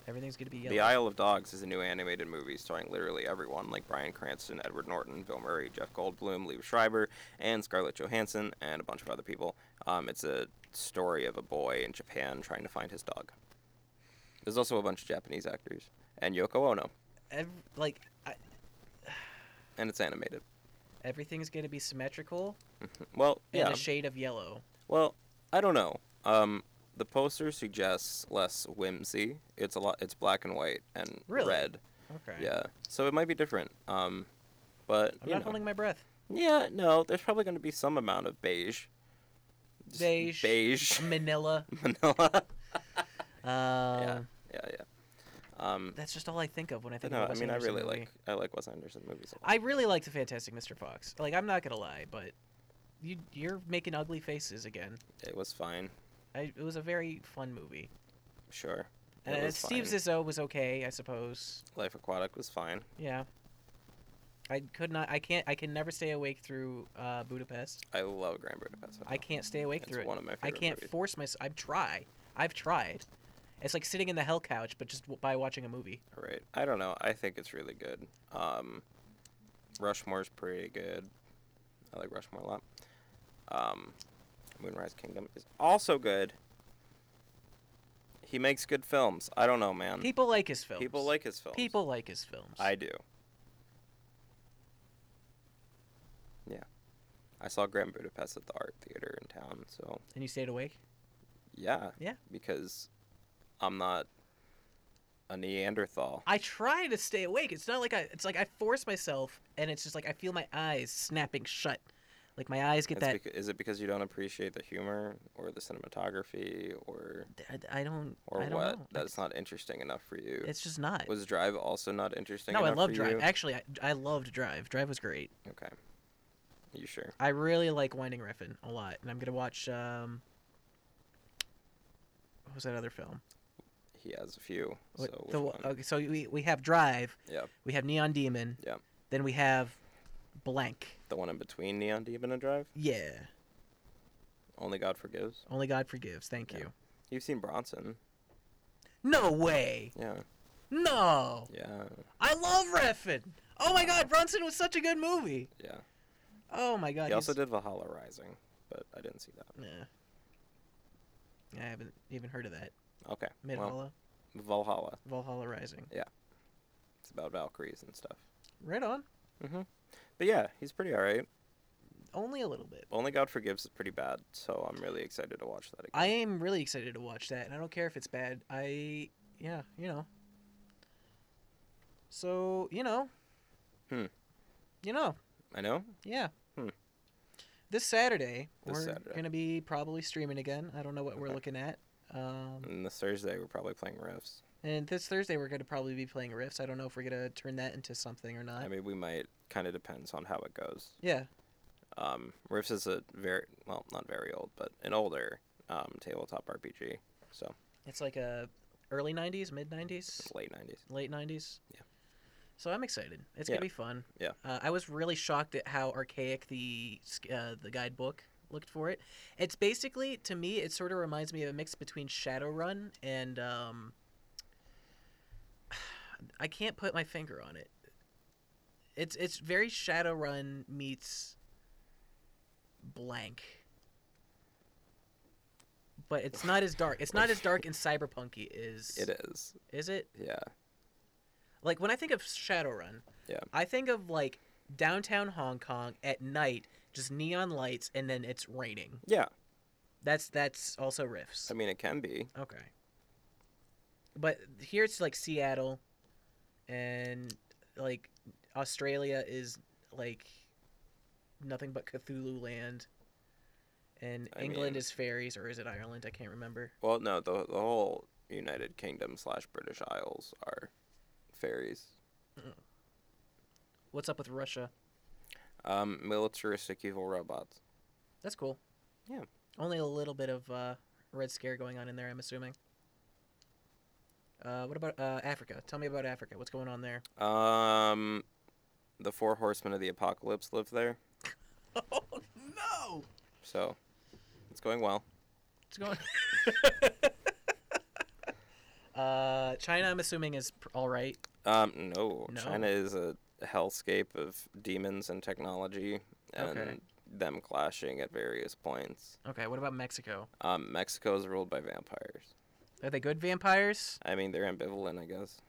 [SPEAKER 1] Everything's going to be
[SPEAKER 2] The
[SPEAKER 1] yellow.
[SPEAKER 2] Isle of Dogs is a new animated movie starring literally everyone, like Brian Cranston, Edward Norton, Bill Murray, Jeff Goldblum, Liev Schreiber, and Scarlett Johansson, and a bunch of other people. Um, it's a story of a boy in Japan trying to find his dog. There's also a bunch of Japanese actors and Yoko Ono,
[SPEAKER 1] Ev- like I,
[SPEAKER 2] and it's animated.
[SPEAKER 1] everything's going to be symmetrical
[SPEAKER 2] Well,
[SPEAKER 1] and
[SPEAKER 2] yeah.
[SPEAKER 1] a shade of yellow.
[SPEAKER 2] Well, I don't know. Um, The poster suggests less whimsy. It's a lot. It's black and white and
[SPEAKER 1] Really?
[SPEAKER 2] red.
[SPEAKER 1] Okay.
[SPEAKER 2] Yeah. So it might be different. Um, but
[SPEAKER 1] I'm
[SPEAKER 2] you
[SPEAKER 1] not
[SPEAKER 2] know.
[SPEAKER 1] holding my breath.
[SPEAKER 2] Yeah, no. There's probably going to be some amount of beige. Just
[SPEAKER 1] Beige.
[SPEAKER 2] Beige.
[SPEAKER 1] Manila.
[SPEAKER 2] Manila.
[SPEAKER 1] Uh,
[SPEAKER 2] yeah. Yeah. Yeah. Um,
[SPEAKER 1] That's just all I think of when I
[SPEAKER 2] I
[SPEAKER 1] think
[SPEAKER 2] know.
[SPEAKER 1] of
[SPEAKER 2] I
[SPEAKER 1] Wes
[SPEAKER 2] mean, I
[SPEAKER 1] Anderson
[SPEAKER 2] really
[SPEAKER 1] movie.
[SPEAKER 2] like I like Wes Anderson movies. A lot.
[SPEAKER 1] I really like the Fantastic Mr. Fox. Like I'm not gonna lie, but you you're making ugly faces again.
[SPEAKER 2] It was fine.
[SPEAKER 1] I, it was a very fun movie.
[SPEAKER 2] Sure. It
[SPEAKER 1] And
[SPEAKER 2] was
[SPEAKER 1] Steve
[SPEAKER 2] fine.
[SPEAKER 1] Zissou was okay, I suppose.
[SPEAKER 2] Life Aquatic was fine.
[SPEAKER 1] Yeah. I could not. I can't. I can never stay awake through uh, Budapest.
[SPEAKER 2] I love Grand Budapest. Hotel.
[SPEAKER 1] I can't stay awake
[SPEAKER 2] It's
[SPEAKER 1] through it.
[SPEAKER 2] Oh, one of my
[SPEAKER 1] I
[SPEAKER 2] favorite
[SPEAKER 1] can't
[SPEAKER 2] movies.
[SPEAKER 1] force myself. I try. I've tried. It's like sitting in the hell couch, but just w- by watching a movie.
[SPEAKER 2] Right. I don't know. I think it's really good. Um, Rushmore's pretty good. I like Rushmore a lot. Um, Moonrise Kingdom is also good. He makes good films. I don't know, man.
[SPEAKER 1] People like his films.
[SPEAKER 2] Um, People like his films.
[SPEAKER 1] People like his films.
[SPEAKER 2] I do. Yeah. I saw Grand Budapest at the art theater in town, so
[SPEAKER 1] And you stayed awake.
[SPEAKER 2] yeah.
[SPEAKER 1] Yeah.
[SPEAKER 2] Because I'm not a Neanderthal.
[SPEAKER 1] I try to stay awake. It's not like I. It's like I force myself, and it's just like I feel my eyes snapping shut. Like my eyes get
[SPEAKER 2] That's
[SPEAKER 1] that.
[SPEAKER 2] becau- is it because you don't appreciate the humor or the cinematography or
[SPEAKER 1] I, I don't.
[SPEAKER 2] or
[SPEAKER 1] I don't
[SPEAKER 2] what?
[SPEAKER 1] know.
[SPEAKER 2] That's not interesting enough for you.
[SPEAKER 1] It's just not.
[SPEAKER 2] Was Drive also not interesting?
[SPEAKER 1] No, I
[SPEAKER 2] enough
[SPEAKER 1] love
[SPEAKER 2] for
[SPEAKER 1] Drive.
[SPEAKER 2] you?
[SPEAKER 1] Actually, I, I loved Drive. Drive was great.
[SPEAKER 2] Okay. You sure?
[SPEAKER 1] I really like Winding Refn a lot, and I'm gonna watch. Um, what was that other film?
[SPEAKER 2] He has a few.
[SPEAKER 1] What-
[SPEAKER 2] so which
[SPEAKER 1] the, uh,
[SPEAKER 2] one?
[SPEAKER 1] Okay, so we we have Drive.
[SPEAKER 2] Yeah,
[SPEAKER 1] We have Neon Demon.
[SPEAKER 2] Yeah.
[SPEAKER 1] Then we have blank.
[SPEAKER 2] the one in between Neon Demon and Drive.
[SPEAKER 1] Yeah.
[SPEAKER 2] Only God Forgives.
[SPEAKER 1] Only God forgives. Thank
[SPEAKER 2] Yeah.
[SPEAKER 1] you.
[SPEAKER 2] You've seen Bronson.
[SPEAKER 1] No way.
[SPEAKER 2] Yeah.
[SPEAKER 1] No.
[SPEAKER 2] Yeah.
[SPEAKER 1] I love Refn. Oh my God, Brunson was such a good movie.
[SPEAKER 2] Yeah.
[SPEAKER 1] Oh my God.
[SPEAKER 2] He also
[SPEAKER 1] he's-
[SPEAKER 2] did Valhalla Rising, but I didn't see that.
[SPEAKER 1] Nah. I haven't even heard of that.
[SPEAKER 2] Okay. Well,
[SPEAKER 1] Midhalla,
[SPEAKER 2] Valhalla.
[SPEAKER 1] Valhalla Rising.
[SPEAKER 2] It's about Valkyries and stuff.
[SPEAKER 1] Right on.
[SPEAKER 2] But yeah, he's pretty alright.
[SPEAKER 1] Only a little bit.
[SPEAKER 2] Only God Forgives is pretty bad, so I'm really excited to watch that again.
[SPEAKER 1] I am really excited to watch that, and I don't care if it's bad. I, yeah, you know. So you know.
[SPEAKER 2] Hmm.
[SPEAKER 1] You know,
[SPEAKER 2] I know.
[SPEAKER 1] yeah.
[SPEAKER 2] Hmm.
[SPEAKER 1] This Saturday
[SPEAKER 2] This
[SPEAKER 1] we're
[SPEAKER 2] Saturday.
[SPEAKER 1] gonna be probably streaming again. I don't know what we're
[SPEAKER 2] Okay. Hmm.
[SPEAKER 1] looking at. Um,
[SPEAKER 2] And this Thursday we're probably playing riffs.
[SPEAKER 1] and this Thursday we're gonna probably be playing riffs. I don't know if we're gonna turn that into something or not.
[SPEAKER 2] I mean, we might. Kind of depends on how it goes.
[SPEAKER 1] yeah,
[SPEAKER 2] Um, riffs is a very well, not very old, but an older um, tabletop RPG. So
[SPEAKER 1] it's like a early '90s, mid '90s.
[SPEAKER 2] it's late '90s.
[SPEAKER 1] late 90s.
[SPEAKER 2] Yeah.
[SPEAKER 1] So I'm excited. It's
[SPEAKER 2] Yeah.
[SPEAKER 1] gonna be fun.
[SPEAKER 2] Yeah.
[SPEAKER 1] Uh, I was really shocked at how archaic the sk- uh, the guidebook looked for it. It's basically to me, it sort of reminds me of a mix between Shadowrun and um. I can't put my finger on it. It's it's very Shadowrun meets blank. But it's not as dark. It's not as dark and cyberpunky is.
[SPEAKER 2] It is.
[SPEAKER 1] Is it?
[SPEAKER 2] Yeah.
[SPEAKER 1] Like when I think of Shadowrun,
[SPEAKER 2] Yeah.
[SPEAKER 1] I think of like downtown Hong Kong at night, just neon lights, and then it's raining.
[SPEAKER 2] Yeah.
[SPEAKER 1] That's that's also riffs.
[SPEAKER 2] I mean, it can be.
[SPEAKER 1] Okay. But here it's like Seattle, and like Australia is like nothing but Cthulhu land, and
[SPEAKER 2] I
[SPEAKER 1] England
[SPEAKER 2] mean-
[SPEAKER 1] is fairies, or is it Ireland? I can't remember.
[SPEAKER 2] Well, no, the the whole United Kingdom slash British Isles are fairies.
[SPEAKER 1] What's up with Russia?
[SPEAKER 2] Um, militaristic evil robots.
[SPEAKER 1] That's cool.
[SPEAKER 2] Yeah.
[SPEAKER 1] Only a little bit of uh, Red Scare going on in there, I'm assuming. Uh, what about uh, Africa? Tell me about Africa. What's going on there?
[SPEAKER 2] Um, the four horsemen of the apocalypse live there,
[SPEAKER 1] Oh no!
[SPEAKER 2] so it's going well.
[SPEAKER 1] What's going? uh, China, I'm assuming is pr- all right.
[SPEAKER 2] Um, no,
[SPEAKER 1] No?
[SPEAKER 2] China is a hellscape of demons and technology, and
[SPEAKER 1] Okay.
[SPEAKER 2] them clashing at various points.
[SPEAKER 1] Okay. What about Mexico?
[SPEAKER 2] Um, Mexico is ruled by vampires.
[SPEAKER 1] Are they good vampires?
[SPEAKER 2] I mean, they're ambivalent, I guess.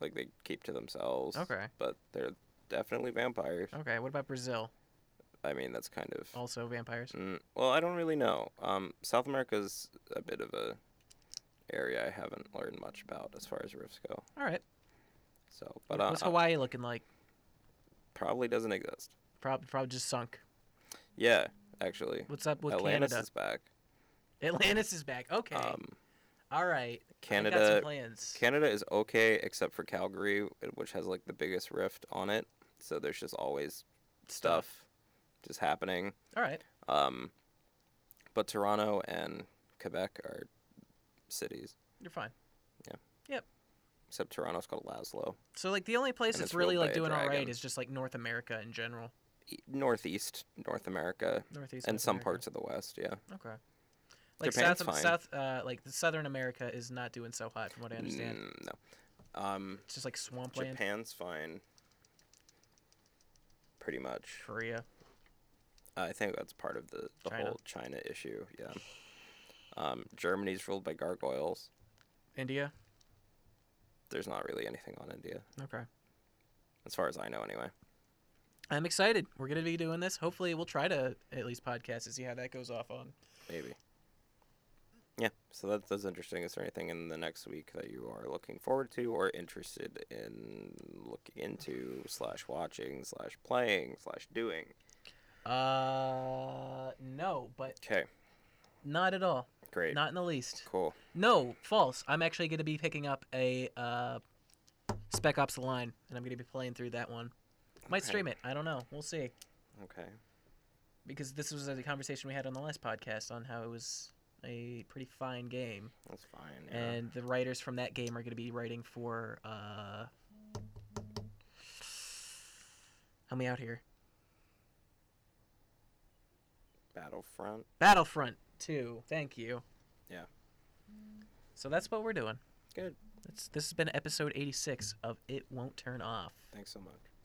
[SPEAKER 2] Like they keep to themselves.
[SPEAKER 1] Okay. Oh.
[SPEAKER 2] But they're definitely vampires.
[SPEAKER 1] Okay. What about Brazil?
[SPEAKER 2] I mean, that's kind of.
[SPEAKER 1] Also vampires.
[SPEAKER 2] Mm, well, I don't really know. Um, South America's a bit of a area I haven't learned much about as far as rifts go.
[SPEAKER 1] All right.
[SPEAKER 2] So, but uh,
[SPEAKER 1] What's Hawaii looking like?
[SPEAKER 2] probably doesn't exist.
[SPEAKER 1] Probably, probably just sunk.
[SPEAKER 2] Yeah, actually,
[SPEAKER 1] What's up with
[SPEAKER 2] Atlantis
[SPEAKER 1] Canada?
[SPEAKER 2] is back.
[SPEAKER 1] Atlantis is back. Okay.
[SPEAKER 2] Um,
[SPEAKER 1] All right. I got some
[SPEAKER 2] Canada,
[SPEAKER 1] plans.
[SPEAKER 2] Canada is okay except for Calgary, eh, which has like the biggest rift on it. So there's just always stuff just happening.
[SPEAKER 1] All right.
[SPEAKER 2] Um, but Toronto and Quebec are cities,
[SPEAKER 1] You're fine.
[SPEAKER 2] except Toronto's called Laszlo.
[SPEAKER 1] So like the only place
[SPEAKER 2] And
[SPEAKER 1] that's
[SPEAKER 2] it's ruled
[SPEAKER 1] really
[SPEAKER 2] by
[SPEAKER 1] like
[SPEAKER 2] a
[SPEAKER 1] doing all right
[SPEAKER 2] dragon.
[SPEAKER 1] is just like North America in general,
[SPEAKER 2] E- Northeast, North America,
[SPEAKER 1] Northeast
[SPEAKER 2] and
[SPEAKER 1] North
[SPEAKER 2] some
[SPEAKER 1] America.
[SPEAKER 2] parts of the West, yeah.
[SPEAKER 1] Okay. Like
[SPEAKER 2] Japan's
[SPEAKER 1] South,
[SPEAKER 2] fine.
[SPEAKER 1] South, uh, like the Southern America is not doing so hot from what I understand.
[SPEAKER 2] Mm, no. Um,
[SPEAKER 1] It's just like swampland,
[SPEAKER 2] Japan's fine. Pretty much.
[SPEAKER 1] Korea.
[SPEAKER 2] I think that's part of the, the
[SPEAKER 1] China.
[SPEAKER 2] whole China issue, yeah. Um, Germany's ruled by gargoyles.
[SPEAKER 1] India.
[SPEAKER 2] There's not really anything on India,
[SPEAKER 1] Okay.
[SPEAKER 2] as far as I know, anyway.
[SPEAKER 1] I'm excited. We're gonna be doing this. Hopefully, we'll try to at least podcast and see how that goes off on.
[SPEAKER 2] Maybe. Yeah, so that, that's interesting. Is there anything in the next week that you are looking forward to or interested in looking into, slash watching, slash playing, slash doing?
[SPEAKER 1] Uh, no, but
[SPEAKER 2] Okay,
[SPEAKER 1] not at all.
[SPEAKER 2] great.
[SPEAKER 1] Not in the least.
[SPEAKER 2] cool.
[SPEAKER 1] No, false. I'm actually gonna be picking up a uh, Spec Ops: The Line, and I'm gonna be playing through that one. Might
[SPEAKER 2] Okay.
[SPEAKER 1] stream it. I don't know. We'll see.
[SPEAKER 2] Okay.
[SPEAKER 1] because this was a conversation we had on the last podcast on how it was a pretty fine game,
[SPEAKER 2] That's fine. Yeah.
[SPEAKER 1] and the writers from that game are going to be writing for uh, help me out here,
[SPEAKER 2] Battlefront.
[SPEAKER 1] Battlefront Two. Thank you.
[SPEAKER 2] Yeah.
[SPEAKER 1] So that's what we're doing.
[SPEAKER 2] Good.
[SPEAKER 1] That's, this has been episode 86 of It Won't Turn Off.
[SPEAKER 2] Thanks so much.